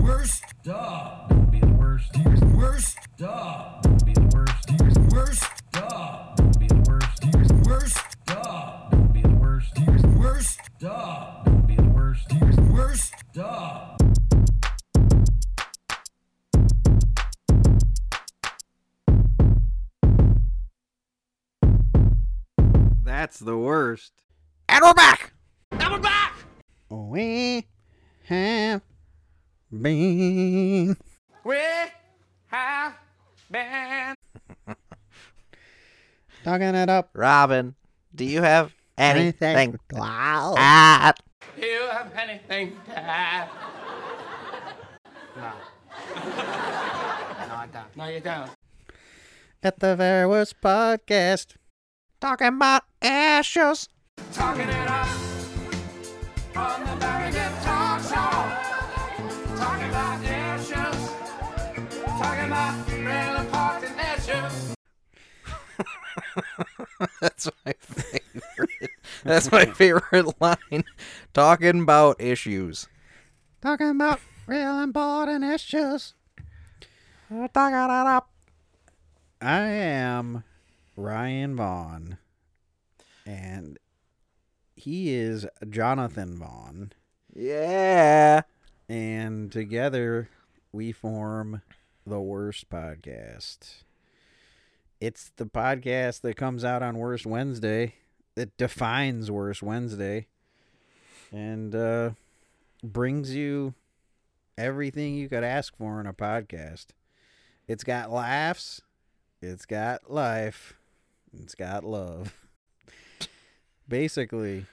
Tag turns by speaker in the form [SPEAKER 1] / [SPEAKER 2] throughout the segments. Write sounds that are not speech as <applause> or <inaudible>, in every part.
[SPEAKER 1] worst dog. Be the worst. He was worst dog. Be the worst. He was worst dog. Be the worst. He was worst dog. Be the worst. He was worst dog. Be the worst. He was worst dog.
[SPEAKER 2] That's the worst.
[SPEAKER 3] And we're back.
[SPEAKER 2] We have been.
[SPEAKER 3] We have been.
[SPEAKER 2] Talking it up.
[SPEAKER 3] Robin, do you have anything?
[SPEAKER 2] Anything. Wow.
[SPEAKER 3] Ah,
[SPEAKER 4] Do you have anything to add?
[SPEAKER 5] No, I don't.
[SPEAKER 4] No, you don't.
[SPEAKER 2] At the very worst podcast.
[SPEAKER 3] talking about ashes. <laughs>
[SPEAKER 4] Talking it up on the Barry Gibb Talk Show. Talking about issues. Talking about real important issues.
[SPEAKER 3] That's my favorite. That's my favorite line. Talking about issues.
[SPEAKER 2] Talking about real important issues.
[SPEAKER 3] Talking it up.
[SPEAKER 2] I am Ryan Vaughn, and he is Jonathan Vaughn,
[SPEAKER 3] Yeah.
[SPEAKER 2] and together we form the Worst Podcast. It's the podcast that comes out on Worst Wednesday, that defines Worst Wednesday, and uh, brings you everything you could ask for in a podcast. It's got laughs. It's got life. It's got love. <laughs> Basically,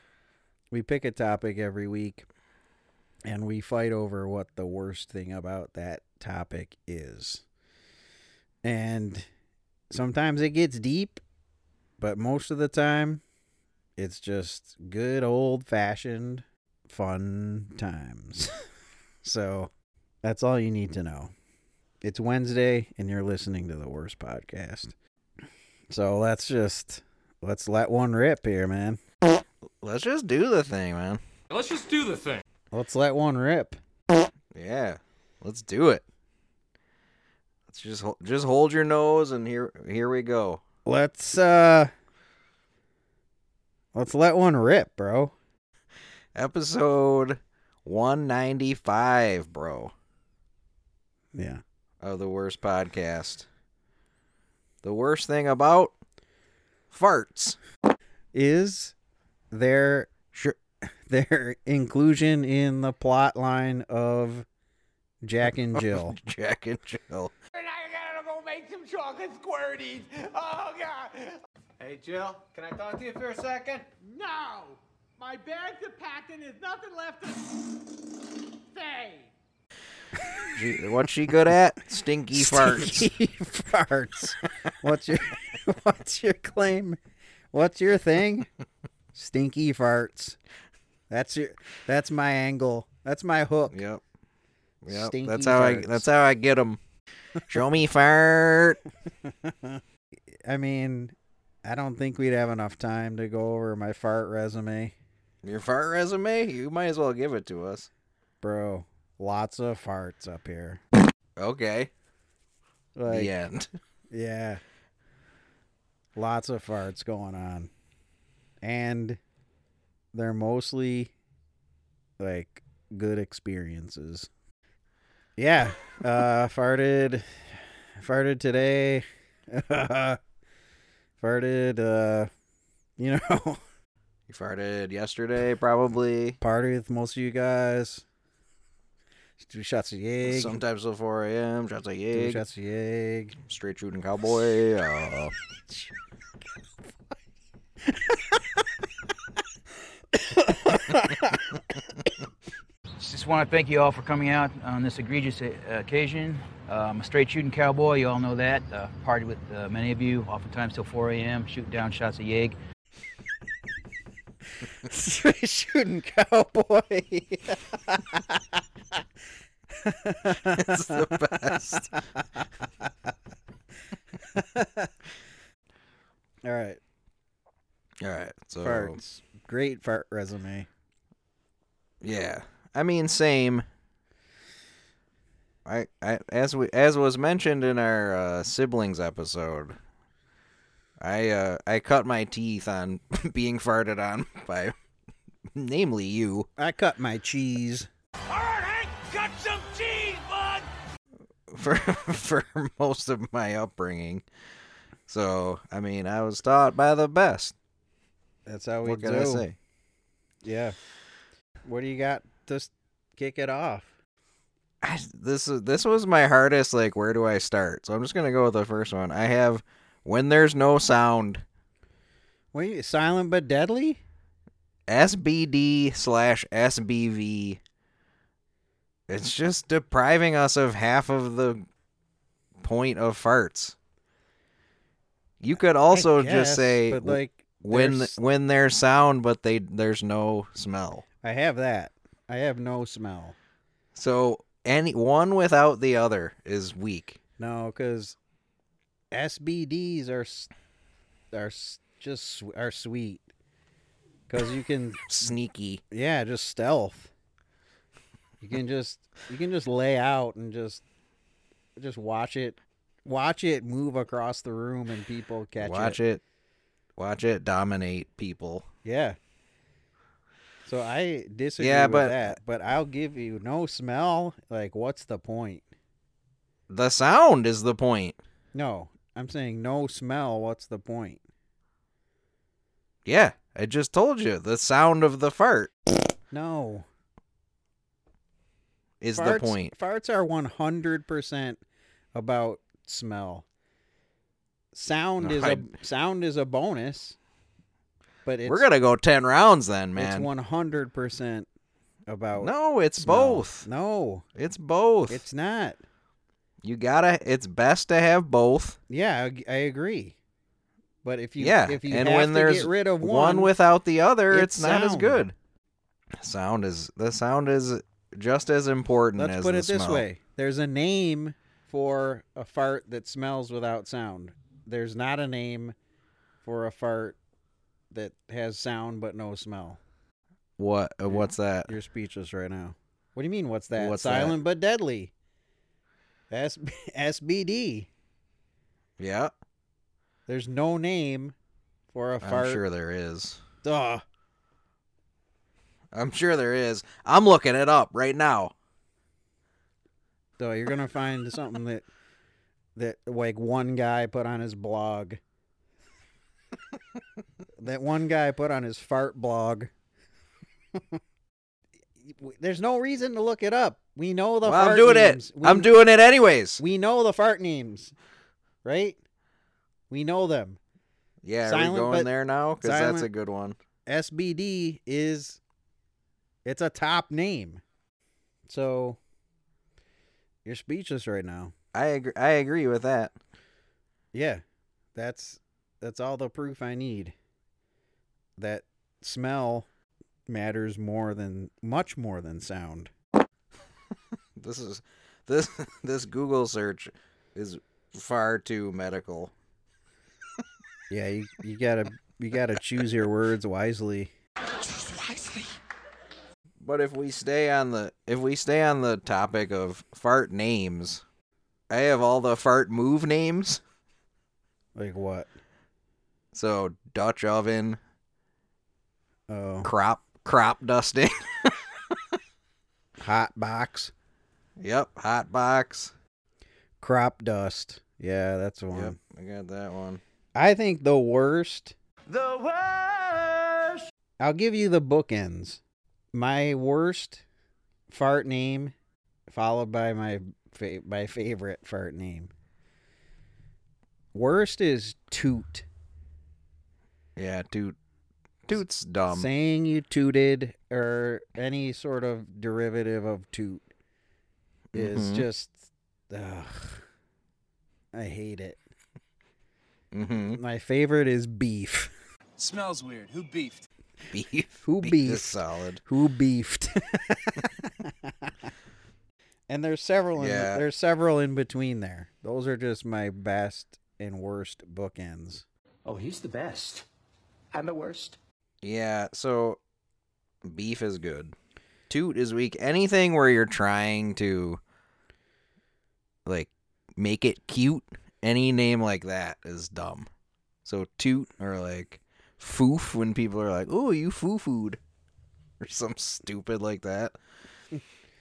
[SPEAKER 2] we pick a topic every week and we fight over what the worst thing about that topic is. And sometimes it gets deep, but most of the time, it's just good old fashioned fun times. <laughs> so that's all you need to know it's Wednesday and you're listening to the worst podcast. So let's just let's let one rip here, man.
[SPEAKER 3] Let's just do the thing, man.
[SPEAKER 4] Let's just do the thing.
[SPEAKER 2] Let's let one rip.
[SPEAKER 3] Yeah. Let's do it. Let's just hol- just hold your nose and here here we go.
[SPEAKER 2] Let's uh Let's let one rip, bro.
[SPEAKER 3] Episode 195, bro,
[SPEAKER 2] Yeah.
[SPEAKER 3] of the worst podcast. The worst thing about farts. <laughs>
[SPEAKER 2] Is there <laughs> sure their inclusion in the plot line of Jack and Jill?
[SPEAKER 3] Jack and Jill.
[SPEAKER 4] And I gotta go make some chocolate squirties. Oh, God.
[SPEAKER 5] Hey, Jill, can I talk to you for a second?
[SPEAKER 4] No! My bags are packed and there's nothing left to say.
[SPEAKER 3] She, what's she good at? Stinky
[SPEAKER 2] <laughs>
[SPEAKER 3] farts.
[SPEAKER 2] Stinky farts. What's your <laughs> what's your claim? What's your thing? Stinky farts. That's your that's my angle. That's my hook.
[SPEAKER 3] Yep. Yep.
[SPEAKER 2] Stinky
[SPEAKER 3] that's how I
[SPEAKER 2] farts.
[SPEAKER 3] that's how I get them. Show me fart.
[SPEAKER 2] I mean, I don't think we'd have enough time to go over my fart resume,
[SPEAKER 3] Your fart resume? You might as well give it to us.
[SPEAKER 2] bro. Lots of farts up here.
[SPEAKER 3] Okay.
[SPEAKER 2] Like,
[SPEAKER 3] the end. <laughs>
[SPEAKER 2] Yeah. Lots of farts going on. And they're mostly like good experiences. Yeah. Uh <laughs> farted farted today. <laughs> farted uh you know, <laughs>
[SPEAKER 3] You farted yesterday, probably.
[SPEAKER 2] party with most of you guys. Two shots of yig.
[SPEAKER 3] Sometimes till 4 a.m. Shots like
[SPEAKER 2] Two
[SPEAKER 3] egg.
[SPEAKER 2] shots of yig.
[SPEAKER 3] Straight shooting cowboy. <laughs> Uh,
[SPEAKER 6] Just want to thank you all for coming out on this egregious uh, occasion. Uh, I'm a straight shooting cowboy, you all know that. Uh, partied with uh, many of you, oftentimes till 4 a.m., shoot down shots of yeg.
[SPEAKER 2] <laughs> Straight shooting cowboy. <laughs>
[SPEAKER 3] it's the best.
[SPEAKER 2] All right.
[SPEAKER 3] All right. So
[SPEAKER 2] Farts. Great fart resume.
[SPEAKER 3] yeah, I mean same. I, I as we as was mentioned in our uh, siblings episode, I uh, I cut my teeth on <laughs> being farted on by, namely you.
[SPEAKER 2] I cut my cheese.
[SPEAKER 3] for <laughs> for most of my upbringing. So I mean, I was taught by the best.
[SPEAKER 2] That's how we
[SPEAKER 3] What
[SPEAKER 2] do.
[SPEAKER 3] can I say?
[SPEAKER 2] Yeah. What do you got? Just kick it off.
[SPEAKER 3] I, this is this was my hardest. Like, where do I start? So I'm just gonna go with the first one. I have when there's no sound.
[SPEAKER 2] What are you, silent but deadly?
[SPEAKER 3] SBD slash SBV. It's just depriving us of half of the point of farts. You could also
[SPEAKER 2] I
[SPEAKER 3] just
[SPEAKER 2] guess,
[SPEAKER 3] say
[SPEAKER 2] but like
[SPEAKER 3] when
[SPEAKER 2] there's-
[SPEAKER 3] when there's sound, but they there's no smell.
[SPEAKER 2] I have that. I have no smell.
[SPEAKER 3] So any one without the other is weak.
[SPEAKER 2] No, because SBDs are s- are s- just s- are sweet. Because you
[SPEAKER 3] <laughs>
[SPEAKER 2] can,
[SPEAKER 3] Sneaky.
[SPEAKER 2] yeah, just stealth. You can just you can just lay out and just just watch it watch it move across the room and people catch
[SPEAKER 3] Watch it. Watch it dominate people.
[SPEAKER 2] Yeah. So I disagree
[SPEAKER 3] Yeah,
[SPEAKER 2] with
[SPEAKER 3] but-
[SPEAKER 2] that, but I'll give you no smell. Like, what's the point?
[SPEAKER 3] The sound is the point.
[SPEAKER 2] No, I'm saying no smell. What's the point?
[SPEAKER 3] Yeah, I just told you. The sound of the fart
[SPEAKER 2] No.
[SPEAKER 3] is
[SPEAKER 2] farts,
[SPEAKER 3] the point.
[SPEAKER 2] Farts are 100% about smell. Sound
[SPEAKER 3] No,
[SPEAKER 2] is
[SPEAKER 3] I-
[SPEAKER 2] a sound is a bonus, but it's
[SPEAKER 3] We're gonna go ten rounds then,
[SPEAKER 2] it's
[SPEAKER 3] man.
[SPEAKER 2] 100% about
[SPEAKER 3] no, it's
[SPEAKER 2] smell.
[SPEAKER 3] both.
[SPEAKER 2] No,
[SPEAKER 3] It's both.
[SPEAKER 2] it's not.
[SPEAKER 3] you gotta. It's best to have both.
[SPEAKER 2] Yeah, I, g- I agree. But if you
[SPEAKER 3] yeah,
[SPEAKER 2] if you
[SPEAKER 3] and
[SPEAKER 2] have
[SPEAKER 3] when
[SPEAKER 2] to
[SPEAKER 3] there's
[SPEAKER 2] get rid of
[SPEAKER 3] one, without the other,
[SPEAKER 2] it's
[SPEAKER 3] it's, not as
[SPEAKER 2] sound.
[SPEAKER 3] good. Sound is the sound is just as important.
[SPEAKER 2] let's
[SPEAKER 3] as
[SPEAKER 2] put
[SPEAKER 3] the
[SPEAKER 2] it this
[SPEAKER 3] smell.
[SPEAKER 2] way: there's a name for a fart that smells without sound. There's not a name for a fart that has sound but no smell.
[SPEAKER 3] What? uh, What's that?
[SPEAKER 2] You're speechless right now. What do you mean? What's that?
[SPEAKER 3] What's that?
[SPEAKER 2] Silent but deadly. S- SBD.
[SPEAKER 3] Yeah,
[SPEAKER 2] There's no name for a fart.
[SPEAKER 3] I'm sure there is.
[SPEAKER 2] Duh.
[SPEAKER 3] I'm sure there is. I'm looking it up right now.
[SPEAKER 2] So you're gonna find something that that like one guy put on his blog. that one guy put on his fart blog. <laughs> There's no reason to look it up. We know the
[SPEAKER 3] Well,
[SPEAKER 2] fart
[SPEAKER 3] I'm doing
[SPEAKER 2] names.
[SPEAKER 3] it.
[SPEAKER 2] We,
[SPEAKER 3] I'm doing it anyways.
[SPEAKER 2] We know the fart names, right? We know them.
[SPEAKER 3] Yeah, are
[SPEAKER 2] Silent
[SPEAKER 3] we going
[SPEAKER 2] but-
[SPEAKER 3] there now? Because that's a
[SPEAKER 2] silent-
[SPEAKER 3] good one.
[SPEAKER 2] SBD is it's a top name. So you're speechless right now.
[SPEAKER 3] I agree. I agree with that.
[SPEAKER 2] Yeah. That's that's all the proof I need. That smell matters more than much more than sound.
[SPEAKER 3] This is this <laughs> this Google search is far too medical.
[SPEAKER 2] Yeah, you, you gotta you gotta choose your words wisely.
[SPEAKER 3] But if we stay on the if we stay on the topic of fart names, I have all the fart move names.
[SPEAKER 2] Like what?
[SPEAKER 3] So Dutch oven,
[SPEAKER 2] Oh,
[SPEAKER 3] crop crop dusting. <laughs>
[SPEAKER 2] hot box,
[SPEAKER 3] yep, hot box.
[SPEAKER 2] crop dust. Yeah, that's one.
[SPEAKER 3] Yep, I got that one.
[SPEAKER 2] I think the worst. The worst. I'll give you the bookends. My worst fart name, followed by my fa- my favorite fart name. Worst is toot.
[SPEAKER 3] Yeah, toot. Toot's dumb.
[SPEAKER 2] Saying you tooted or any sort of derivative of toot is
[SPEAKER 3] Mhm.
[SPEAKER 2] just, ugh, I hate it.
[SPEAKER 3] Mm-hmm. <laughs>
[SPEAKER 2] My favorite is beef.
[SPEAKER 7] Smells weird. Who beefed?
[SPEAKER 3] Beef.
[SPEAKER 2] Who
[SPEAKER 3] Beef
[SPEAKER 2] beefed?
[SPEAKER 3] is solid.
[SPEAKER 2] Who beefed? and there's several. In,
[SPEAKER 3] Yeah.
[SPEAKER 2] There's several in between there. Those are just my best and worst bookends.
[SPEAKER 8] Oh, he's the best. I'm the worst.
[SPEAKER 3] Yeah, so beef is good. Toot is weak. Anything where you're trying to like make it cute. Any name like that is dumb. So toot or like foof when people are like, "Oh, you foo fooed," or some stupid like that.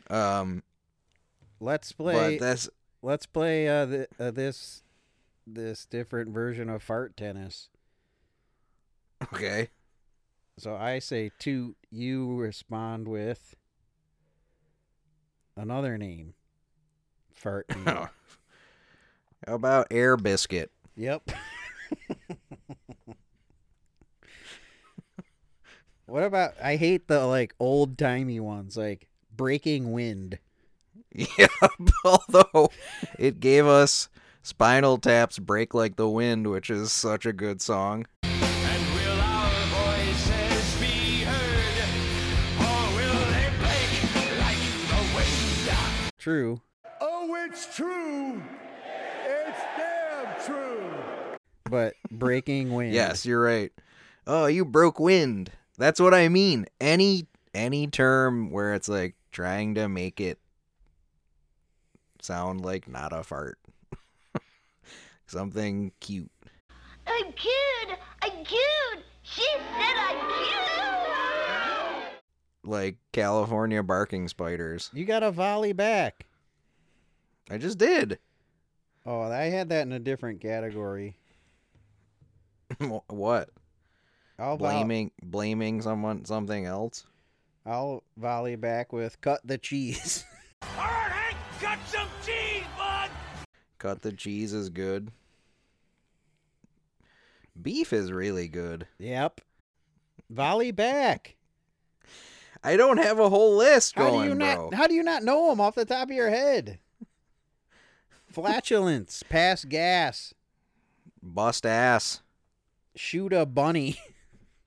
[SPEAKER 3] Um,
[SPEAKER 2] Let's
[SPEAKER 3] but
[SPEAKER 2] play.
[SPEAKER 3] that's
[SPEAKER 2] Let's play uh, th- uh, this this different version of fart tennis.
[SPEAKER 3] okay.
[SPEAKER 2] So I say toot. You respond with another name.
[SPEAKER 3] <laughs>
[SPEAKER 2] Fart. name.
[SPEAKER 3] How about air biscuit?
[SPEAKER 2] Yep. <laughs> what about I hate the like old timey ones like breaking wind.
[SPEAKER 3] <laughs> Yeah, although it gave us Spinal Tap's Break Like the Wind, which is such a good song.
[SPEAKER 2] True.
[SPEAKER 9] Oh, it's true. It's damn true.
[SPEAKER 2] But breaking wind.
[SPEAKER 3] Yes, you're right. Oh, you broke wind. That's what I mean. Any any term where it's like trying to make it sound like not a fart. <laughs> Something cute.
[SPEAKER 10] I'm cute. I'm cute. She said I'm cute.
[SPEAKER 3] Like California barking spiders.
[SPEAKER 2] You got a volley back.
[SPEAKER 3] I just did. <laughs>
[SPEAKER 2] Oh, I had that in a different category.
[SPEAKER 3] what?
[SPEAKER 2] I'll vo-
[SPEAKER 3] Blaming blaming someone something else?
[SPEAKER 2] I'll volley back with cut the cheese. <laughs>
[SPEAKER 3] Cut the cheese is good. Beef is really good.
[SPEAKER 2] yep. Volley back.
[SPEAKER 3] I don't have a whole list
[SPEAKER 2] How
[SPEAKER 3] going,
[SPEAKER 2] do you
[SPEAKER 3] bro.
[SPEAKER 2] not? How do you not know them off the top of your head? Flatulence, pass gas,
[SPEAKER 3] Bust ass.
[SPEAKER 2] shoot a bunny.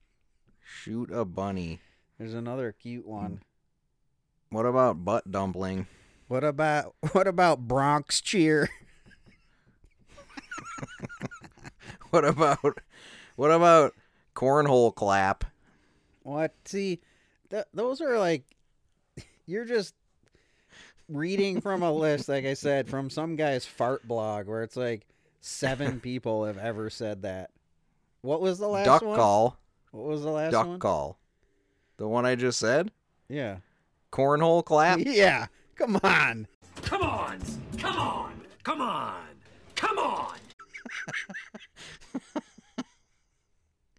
[SPEAKER 2] <laughs>
[SPEAKER 3] Shoot a bunny.
[SPEAKER 2] There's another cute one.
[SPEAKER 3] What about butt dumpling? <laughs>
[SPEAKER 2] What about <laughs> what about Bronx cheer? <laughs>
[SPEAKER 3] What about what about cornhole clap?
[SPEAKER 2] What? See, th- those are like <laughs> you're just reading from a list, like I said, from some guy's fart blog, where it's like <laughs> seven people have ever said that. What was the last
[SPEAKER 3] duck
[SPEAKER 2] one?
[SPEAKER 3] call.
[SPEAKER 2] What was the last
[SPEAKER 3] duck
[SPEAKER 2] one?
[SPEAKER 3] call. The one I just said?
[SPEAKER 2] Yeah.
[SPEAKER 3] Cornhole
[SPEAKER 2] <laughs>
[SPEAKER 3] clap?
[SPEAKER 2] Yeah. Come <laughs> on.
[SPEAKER 9] Come on. Come on. Come on. Come on.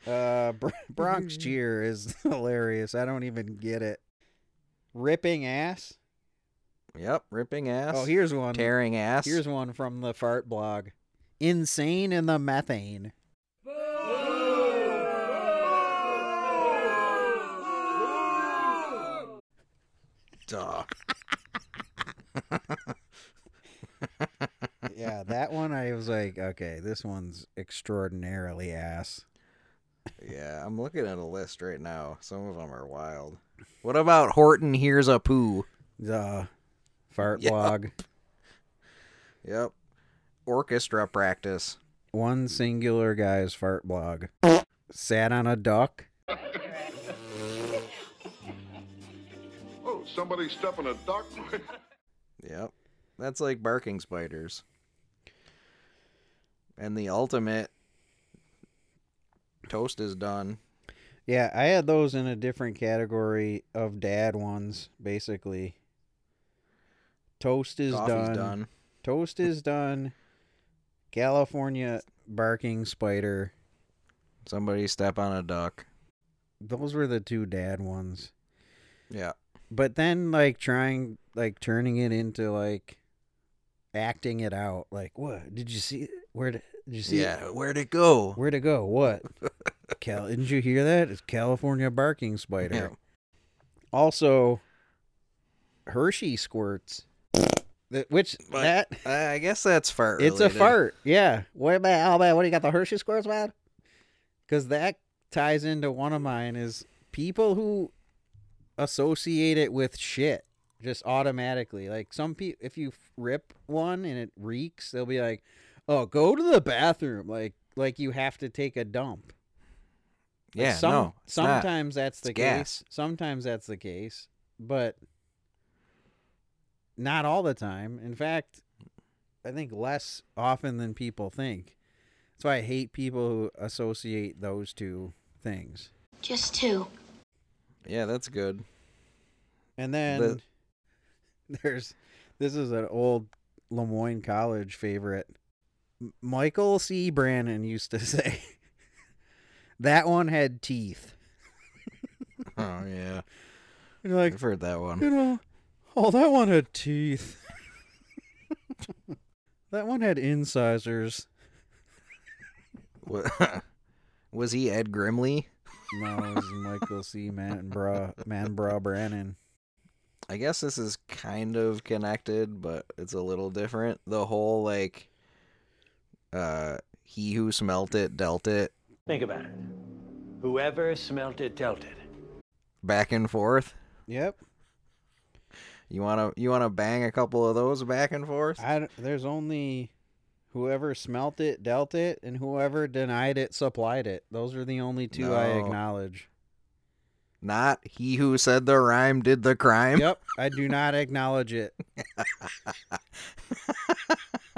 [SPEAKER 2] Uh, Br- Bronx cheer is <laughs> hilarious. I don't even get it. Ripping ass.
[SPEAKER 3] yep, ripping ass.
[SPEAKER 2] Oh, here's one.
[SPEAKER 3] tearing ass.
[SPEAKER 2] Here's one from the fart blog. Insane in the methane.
[SPEAKER 3] Duh.
[SPEAKER 2] Yeah, that one I was like, okay, this one's extraordinarily ass.
[SPEAKER 3] Yeah, I'm looking at a list right now. Some of them are wild. What about Horton here's a poo?
[SPEAKER 2] The fart
[SPEAKER 3] Yeah.
[SPEAKER 2] blog.
[SPEAKER 3] Yep. Orchestra practice.
[SPEAKER 2] One singular guy's fart blog. Sat on a duck.
[SPEAKER 9] Oh, somebody's stuffing a duck.
[SPEAKER 3] Yep. That's like barking spiders. And the ultimate toast is done.
[SPEAKER 2] Yeah, I had those in a different category of dad ones, basically. Toast is
[SPEAKER 3] Coffee's done.
[SPEAKER 2] Toast is done. California barking spider.
[SPEAKER 3] Somebody step on a duck.
[SPEAKER 2] Those were the two dad ones.
[SPEAKER 3] Yeah.
[SPEAKER 2] But then like trying like turning it into like acting it out. Like, what? Did you see where did you see
[SPEAKER 3] yeah. Where'd it go?
[SPEAKER 2] where'd it go?
[SPEAKER 3] <laughs>
[SPEAKER 2] What? Cal didn't you hear that? It's California barking spider.
[SPEAKER 3] Yeah.
[SPEAKER 2] Also Hershey squirts. That- Which
[SPEAKER 3] But-
[SPEAKER 2] that
[SPEAKER 3] I I guess that's fart.
[SPEAKER 2] it's a
[SPEAKER 3] related.
[SPEAKER 2] fart. Yeah. What about oh man, what do you got the Hershey squares, man? Because that ties into one of mine is people who associate it with shit just automatically. Like some people, if you rip one and it reeks, they'll be like, "Oh, go to the bathroom." Like like you have to take a dump. Like,
[SPEAKER 3] Yeah.
[SPEAKER 2] some-
[SPEAKER 3] no. it's not.
[SPEAKER 2] sometimes that's the
[SPEAKER 3] It's
[SPEAKER 2] case.
[SPEAKER 3] gas.
[SPEAKER 2] Sometimes that's the case, but not all the time. In fact, I think less often than people think. That's why I hate people who associate those two things.
[SPEAKER 10] Just two.
[SPEAKER 3] Yeah, that's good.
[SPEAKER 2] And then
[SPEAKER 3] The-
[SPEAKER 2] <laughs> there's this is an old Lemoyne College favorite. M- Michael C. Brannon used to <laughs> say that one had teeth.
[SPEAKER 3] Oh yeah,
[SPEAKER 2] And you're like,
[SPEAKER 3] I've heard that
[SPEAKER 2] you
[SPEAKER 3] one. <laughs>
[SPEAKER 2] know, oh, that one had teeth. <laughs> that one had incisors.
[SPEAKER 3] Wa- <laughs> Was he Ed Grimley?
[SPEAKER 2] No, it was Michael C. Manbra Manbra Brannon.
[SPEAKER 3] I guess this is kind of connected, but it's a little different. The whole like, uh, he who smelt it dealt it
[SPEAKER 8] Think about it. Whoever smelt it dealt it.
[SPEAKER 3] back and forth.
[SPEAKER 2] Yep.
[SPEAKER 3] You wanna you wanna bang a couple of those back and forth?
[SPEAKER 2] I d- there's only whoever smelt it dealt it, and whoever denied it supplied it. Those are the only two I
[SPEAKER 3] No.
[SPEAKER 2] acknowledge.
[SPEAKER 3] Not he who said the rhyme did the crime.
[SPEAKER 2] Yep, I do not acknowledge <laughs> it.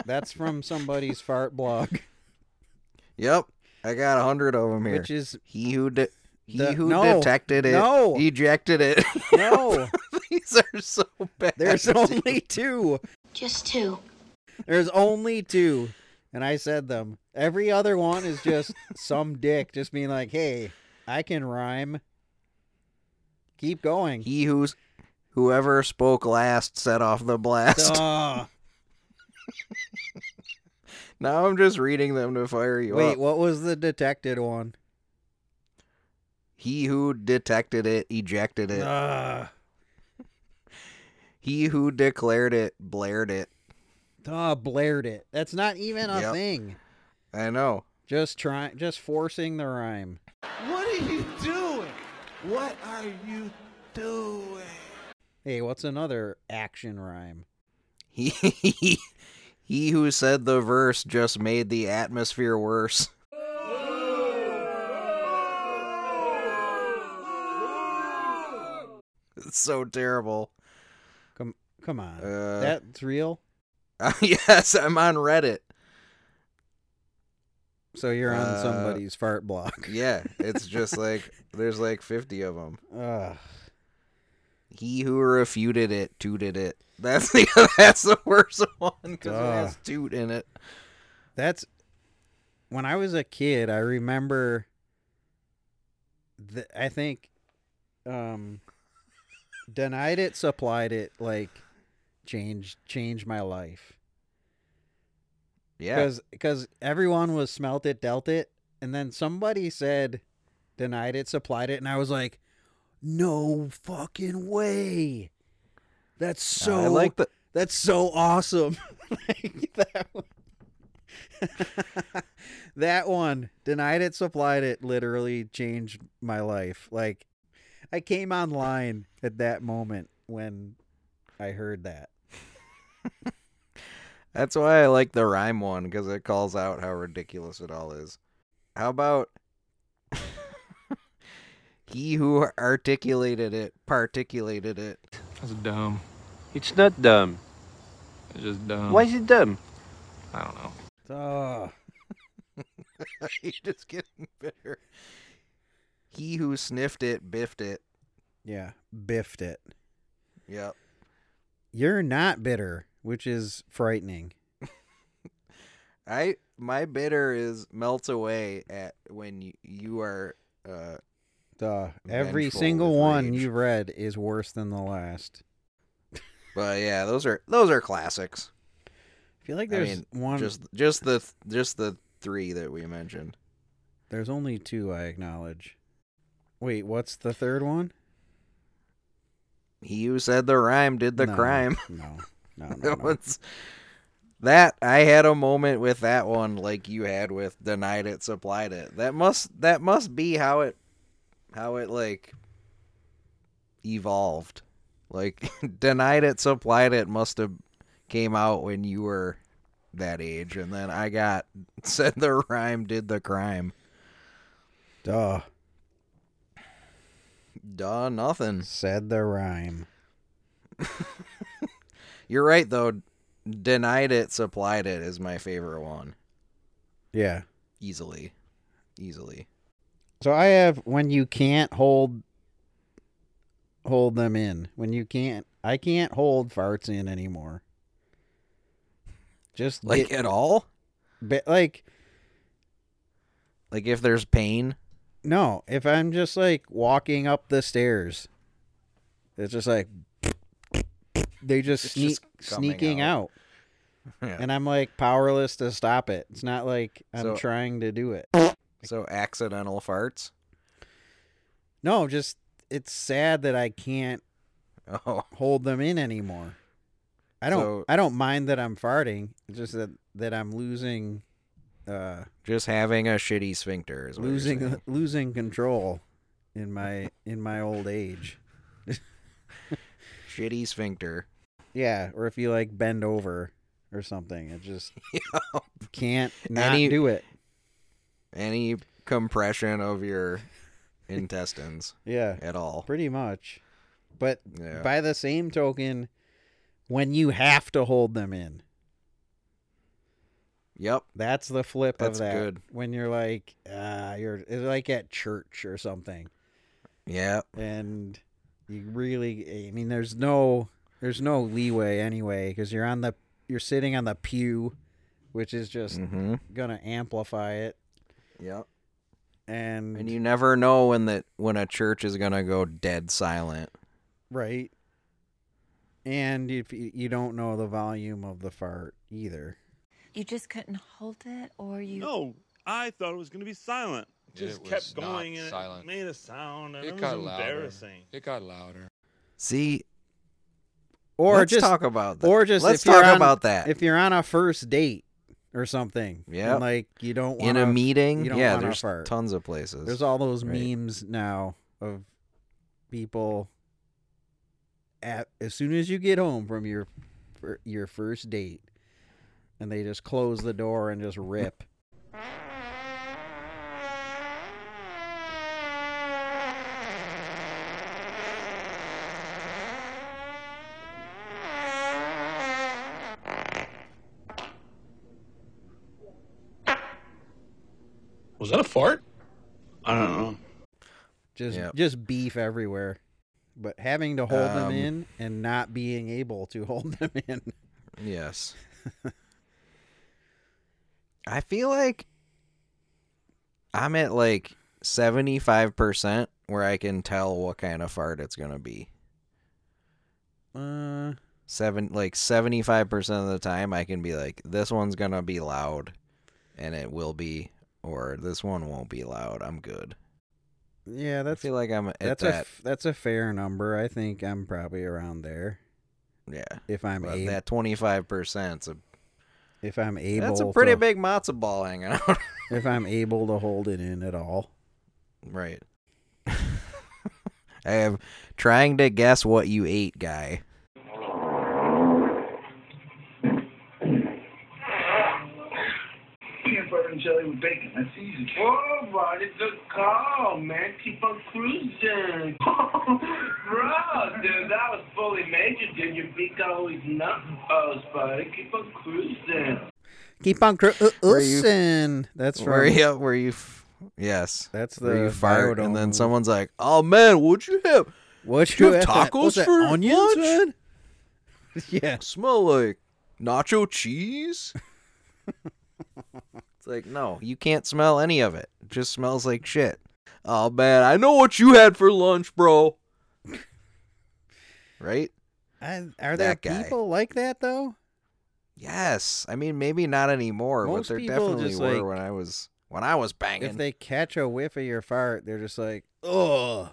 [SPEAKER 2] That's from somebody's fart blog,
[SPEAKER 3] Yep. I got a hundred of them here.
[SPEAKER 2] which is
[SPEAKER 3] he who de- he
[SPEAKER 2] The-
[SPEAKER 3] who
[SPEAKER 2] no,
[SPEAKER 3] detected it
[SPEAKER 2] no.
[SPEAKER 3] ejected it. <laughs>
[SPEAKER 2] <laughs> no.
[SPEAKER 3] These are so bad. <laughs>
[SPEAKER 2] There's only two.
[SPEAKER 10] Just two.
[SPEAKER 2] There's only two, and I said them. Every other one is
[SPEAKER 3] <laughs>
[SPEAKER 2] just some dick just being like, "Hey, I can rhyme." Keep going.
[SPEAKER 3] he who's whoever spoke last set off the blast.
[SPEAKER 2] Duh.
[SPEAKER 3] <laughs> Now I'm just reading them to fire you
[SPEAKER 2] Wait,
[SPEAKER 3] up.
[SPEAKER 2] what was the detected one?
[SPEAKER 3] He who detected it ejected it.
[SPEAKER 2] Duh.
[SPEAKER 3] He who declared it blared it.
[SPEAKER 2] Duh, blared it. That's not even a
[SPEAKER 3] Yep.
[SPEAKER 2] thing.
[SPEAKER 3] I know. <laughs>
[SPEAKER 2] Just trying, just forcing the rhyme.
[SPEAKER 7] What are you doing? What are you doing?
[SPEAKER 2] Hey, what's another action rhyme?
[SPEAKER 3] He he, he who said the verse just made the atmosphere worse. It's so terrible. <laughs>
[SPEAKER 2] Come, come on.
[SPEAKER 3] Uh.
[SPEAKER 2] That's real.
[SPEAKER 3] yes, I'm on Reddit.
[SPEAKER 2] So you're on
[SPEAKER 3] uh,
[SPEAKER 2] somebody's fart block.
[SPEAKER 3] Yeah, it's just like there's like 50 of them.
[SPEAKER 2] <laughs> Ugh.
[SPEAKER 3] He who refuted it tooted it. <laughs> That's the that's the worst one because it
[SPEAKER 2] Duh.
[SPEAKER 3] has toot in it.
[SPEAKER 2] That's when I was a kid. I remember. The, I think, um, denied it, supplied it, like changed changed my life.
[SPEAKER 3] Yeah,
[SPEAKER 2] because everyone was smelt it, dealt it, and then somebody said denied it, supplied it, and I was like, no fucking way. That's so
[SPEAKER 3] I like the
[SPEAKER 2] that's so awesome. <laughs> like that one. <laughs> that one denied it, supplied it, literally changed my life. Like I came online at that moment when I heard that.
[SPEAKER 3] That's why I like the rhyme one because it calls out how ridiculous it all is. How about <laughs> he who articulated it particulated it? <laughs>
[SPEAKER 11] That's dumb.
[SPEAKER 9] It's not dumb.
[SPEAKER 11] It's just dumb.
[SPEAKER 9] Why is it dumb?
[SPEAKER 11] I don't know.
[SPEAKER 2] Ugh.
[SPEAKER 3] You're just getting bitter. He who sniffed it biffed it.
[SPEAKER 2] yeah, biffed it.
[SPEAKER 3] Yep.
[SPEAKER 2] You're not bitter, which is frightening.
[SPEAKER 3] I my bitter is melts away at when you, you are uh
[SPEAKER 2] Duh. Every
[SPEAKER 3] Vengeful
[SPEAKER 2] single
[SPEAKER 3] with
[SPEAKER 2] one
[SPEAKER 3] rage.
[SPEAKER 2] you've read is worse than the last.
[SPEAKER 3] but yeah, those are those are classics.
[SPEAKER 2] I feel like
[SPEAKER 3] I
[SPEAKER 2] there's
[SPEAKER 3] mean,
[SPEAKER 2] one.
[SPEAKER 3] Just just the just the three that we mentioned.
[SPEAKER 2] There's only two I acknowledge. Wait, what's the third one?
[SPEAKER 3] He who said the rhyme did the
[SPEAKER 2] No,
[SPEAKER 3] crime.
[SPEAKER 2] <laughs> No, no, no.
[SPEAKER 3] <laughs> that
[SPEAKER 2] no.
[SPEAKER 3] was that I had a moment with that one like you had with denied it supplied it. That must that must be how it how it like evolved. Like <laughs> denied it supplied it must have came out when you were that age and then I got <laughs> said the rhyme did the crime.
[SPEAKER 2] Duh.
[SPEAKER 3] Duh nothing.
[SPEAKER 2] Said the rhyme.
[SPEAKER 3] You're right though. denied it, supplied it is my favorite one.
[SPEAKER 2] Yeah.
[SPEAKER 3] Easily. Easily.
[SPEAKER 2] So I have when you can't hold hold them in. When you can't I can't hold farts in anymore. Just
[SPEAKER 3] <laughs> Like
[SPEAKER 2] get-
[SPEAKER 3] at all?
[SPEAKER 2] But like
[SPEAKER 3] Like if there's pain?
[SPEAKER 2] no, if I'm just like walking up the stairs, it's just like they just
[SPEAKER 3] It's
[SPEAKER 2] sneak
[SPEAKER 3] just coming
[SPEAKER 2] sneaking out.
[SPEAKER 3] <laughs> Yeah.
[SPEAKER 2] And I'm like powerless to stop it. It's not like I'm
[SPEAKER 3] So-
[SPEAKER 2] trying to do it.
[SPEAKER 3] So accidental farts? <laughs>
[SPEAKER 2] No, just it's sad that I can't
[SPEAKER 3] Oh.
[SPEAKER 2] hold them in anymore. I don't
[SPEAKER 3] So-
[SPEAKER 2] I don't mind that I'm farting, it's just that that I'm losing uh
[SPEAKER 3] Just having a shitty sphincter is what you're saying.
[SPEAKER 2] losing <laughs> losing control in my in my old age.
[SPEAKER 3] shitty sphincter.
[SPEAKER 2] Yeah, or if you like bend over or something, it
[SPEAKER 3] <laughs>
[SPEAKER 2] just can't not
[SPEAKER 3] Any-
[SPEAKER 2] do it.
[SPEAKER 3] Any compression of your intestines
[SPEAKER 2] Yeah,
[SPEAKER 3] at all.
[SPEAKER 2] pretty much. But
[SPEAKER 3] Yeah.
[SPEAKER 2] by the same token, when you have to hold them in,
[SPEAKER 3] Yep.
[SPEAKER 2] That's the flip
[SPEAKER 3] That's
[SPEAKER 2] of that.
[SPEAKER 3] good.
[SPEAKER 2] When you're like, uh, you're it's like at church or something,
[SPEAKER 3] Yep.
[SPEAKER 2] and you really, I mean, there's no, there's no leeway anyway because you're on the, you're sitting on the pew, which is just
[SPEAKER 3] Mm-hmm.
[SPEAKER 2] gonna amplify it,
[SPEAKER 3] Yep.
[SPEAKER 2] and,
[SPEAKER 3] And you never know when that when a church is gonna go dead silent.
[SPEAKER 2] right, and if you, you don't know the volume of the fart either,
[SPEAKER 12] You just couldn't hold it, or you.
[SPEAKER 13] No, I thought it was going to be silent. It just
[SPEAKER 11] It was
[SPEAKER 13] kept
[SPEAKER 11] not
[SPEAKER 13] going and
[SPEAKER 11] silent.
[SPEAKER 13] it made a sound. And
[SPEAKER 11] It
[SPEAKER 13] it, was
[SPEAKER 11] got louder.
[SPEAKER 13] embarrassing.
[SPEAKER 11] It got louder.
[SPEAKER 3] See,
[SPEAKER 2] or
[SPEAKER 3] Let's
[SPEAKER 2] just
[SPEAKER 3] talk about that.
[SPEAKER 2] or just
[SPEAKER 3] Let's
[SPEAKER 2] if you're
[SPEAKER 3] talk
[SPEAKER 2] on-
[SPEAKER 3] about that.
[SPEAKER 2] if you're on a first date or something.
[SPEAKER 3] Yep.
[SPEAKER 2] and, like you don't
[SPEAKER 3] in
[SPEAKER 2] want
[SPEAKER 3] a meeting,
[SPEAKER 2] You don't
[SPEAKER 3] yeah,
[SPEAKER 2] wanna
[SPEAKER 3] there's
[SPEAKER 2] fart.
[SPEAKER 3] tons of places.
[SPEAKER 2] There's all those
[SPEAKER 3] Right.
[SPEAKER 2] memes now of people. At, as soon as you get home from your fir- your first date, and they just close the door and just rip.
[SPEAKER 13] Was that a fart? I don't know.
[SPEAKER 2] just
[SPEAKER 3] Yep.
[SPEAKER 2] just beef everywhere. But having to hold them
[SPEAKER 3] Um,
[SPEAKER 2] in and not being able to <laughs> hold them in. <laughs>
[SPEAKER 3] yes. I feel like I'm at like seventy five percent where I can tell what kind of fart it's gonna be.
[SPEAKER 2] Uh,
[SPEAKER 3] Seven like seventy five percent of the time I can be like, this one's gonna be loud and it will be or this one won't be loud. I'm good.
[SPEAKER 2] yeah,
[SPEAKER 3] I
[SPEAKER 2] that's
[SPEAKER 3] feel like I'm at
[SPEAKER 2] that's a
[SPEAKER 3] that.
[SPEAKER 2] f- that's a fair number. I think I'm probably around there
[SPEAKER 3] yeah.
[SPEAKER 2] if I'm
[SPEAKER 3] But
[SPEAKER 2] able.
[SPEAKER 3] that twenty five percent.
[SPEAKER 2] if I'm able.
[SPEAKER 3] That's a pretty
[SPEAKER 2] to-
[SPEAKER 3] big matzo ball hanging out. <laughs>
[SPEAKER 2] If I'm able to hold it in at all.
[SPEAKER 3] right. <laughs> I am trying to guess what you ate, guy.
[SPEAKER 14] Peanut butter and jelly with bacon. That's easy. All right, it's a call, man. Keep on cruising. <laughs> Bro, dude, that was fully major, dude. Your beak always nuts, buddy. Keep on cruising.
[SPEAKER 2] Keep on cru- uh,
[SPEAKER 3] Were you-
[SPEAKER 2] oopsin'. That's from
[SPEAKER 3] Where you? Where you? F- yes.
[SPEAKER 2] That's
[SPEAKER 3] Where you
[SPEAKER 2] the
[SPEAKER 3] fart,
[SPEAKER 2] Biodome
[SPEAKER 3] and then
[SPEAKER 2] movie.
[SPEAKER 3] someone's like, "Oh man, what'd you have?
[SPEAKER 2] What <laughs>
[SPEAKER 3] Did you have tacos for
[SPEAKER 2] onions?
[SPEAKER 3] <laughs> lunch?
[SPEAKER 2] man? yeah.
[SPEAKER 3] Smell like nacho cheese." <laughs> it's like, no, you can't smell any of it. It just smells like shit. Oh man, I know what you had for lunch, bro. right?
[SPEAKER 2] I, are there
[SPEAKER 3] That guy.
[SPEAKER 2] people like that though?
[SPEAKER 3] Yes, I mean maybe not anymore,
[SPEAKER 2] Most
[SPEAKER 3] but there
[SPEAKER 2] people
[SPEAKER 3] definitely
[SPEAKER 2] just,
[SPEAKER 3] were
[SPEAKER 2] like,
[SPEAKER 3] when I was when I was banging.
[SPEAKER 2] If they catch a whiff of your fart, they're just like, ugh.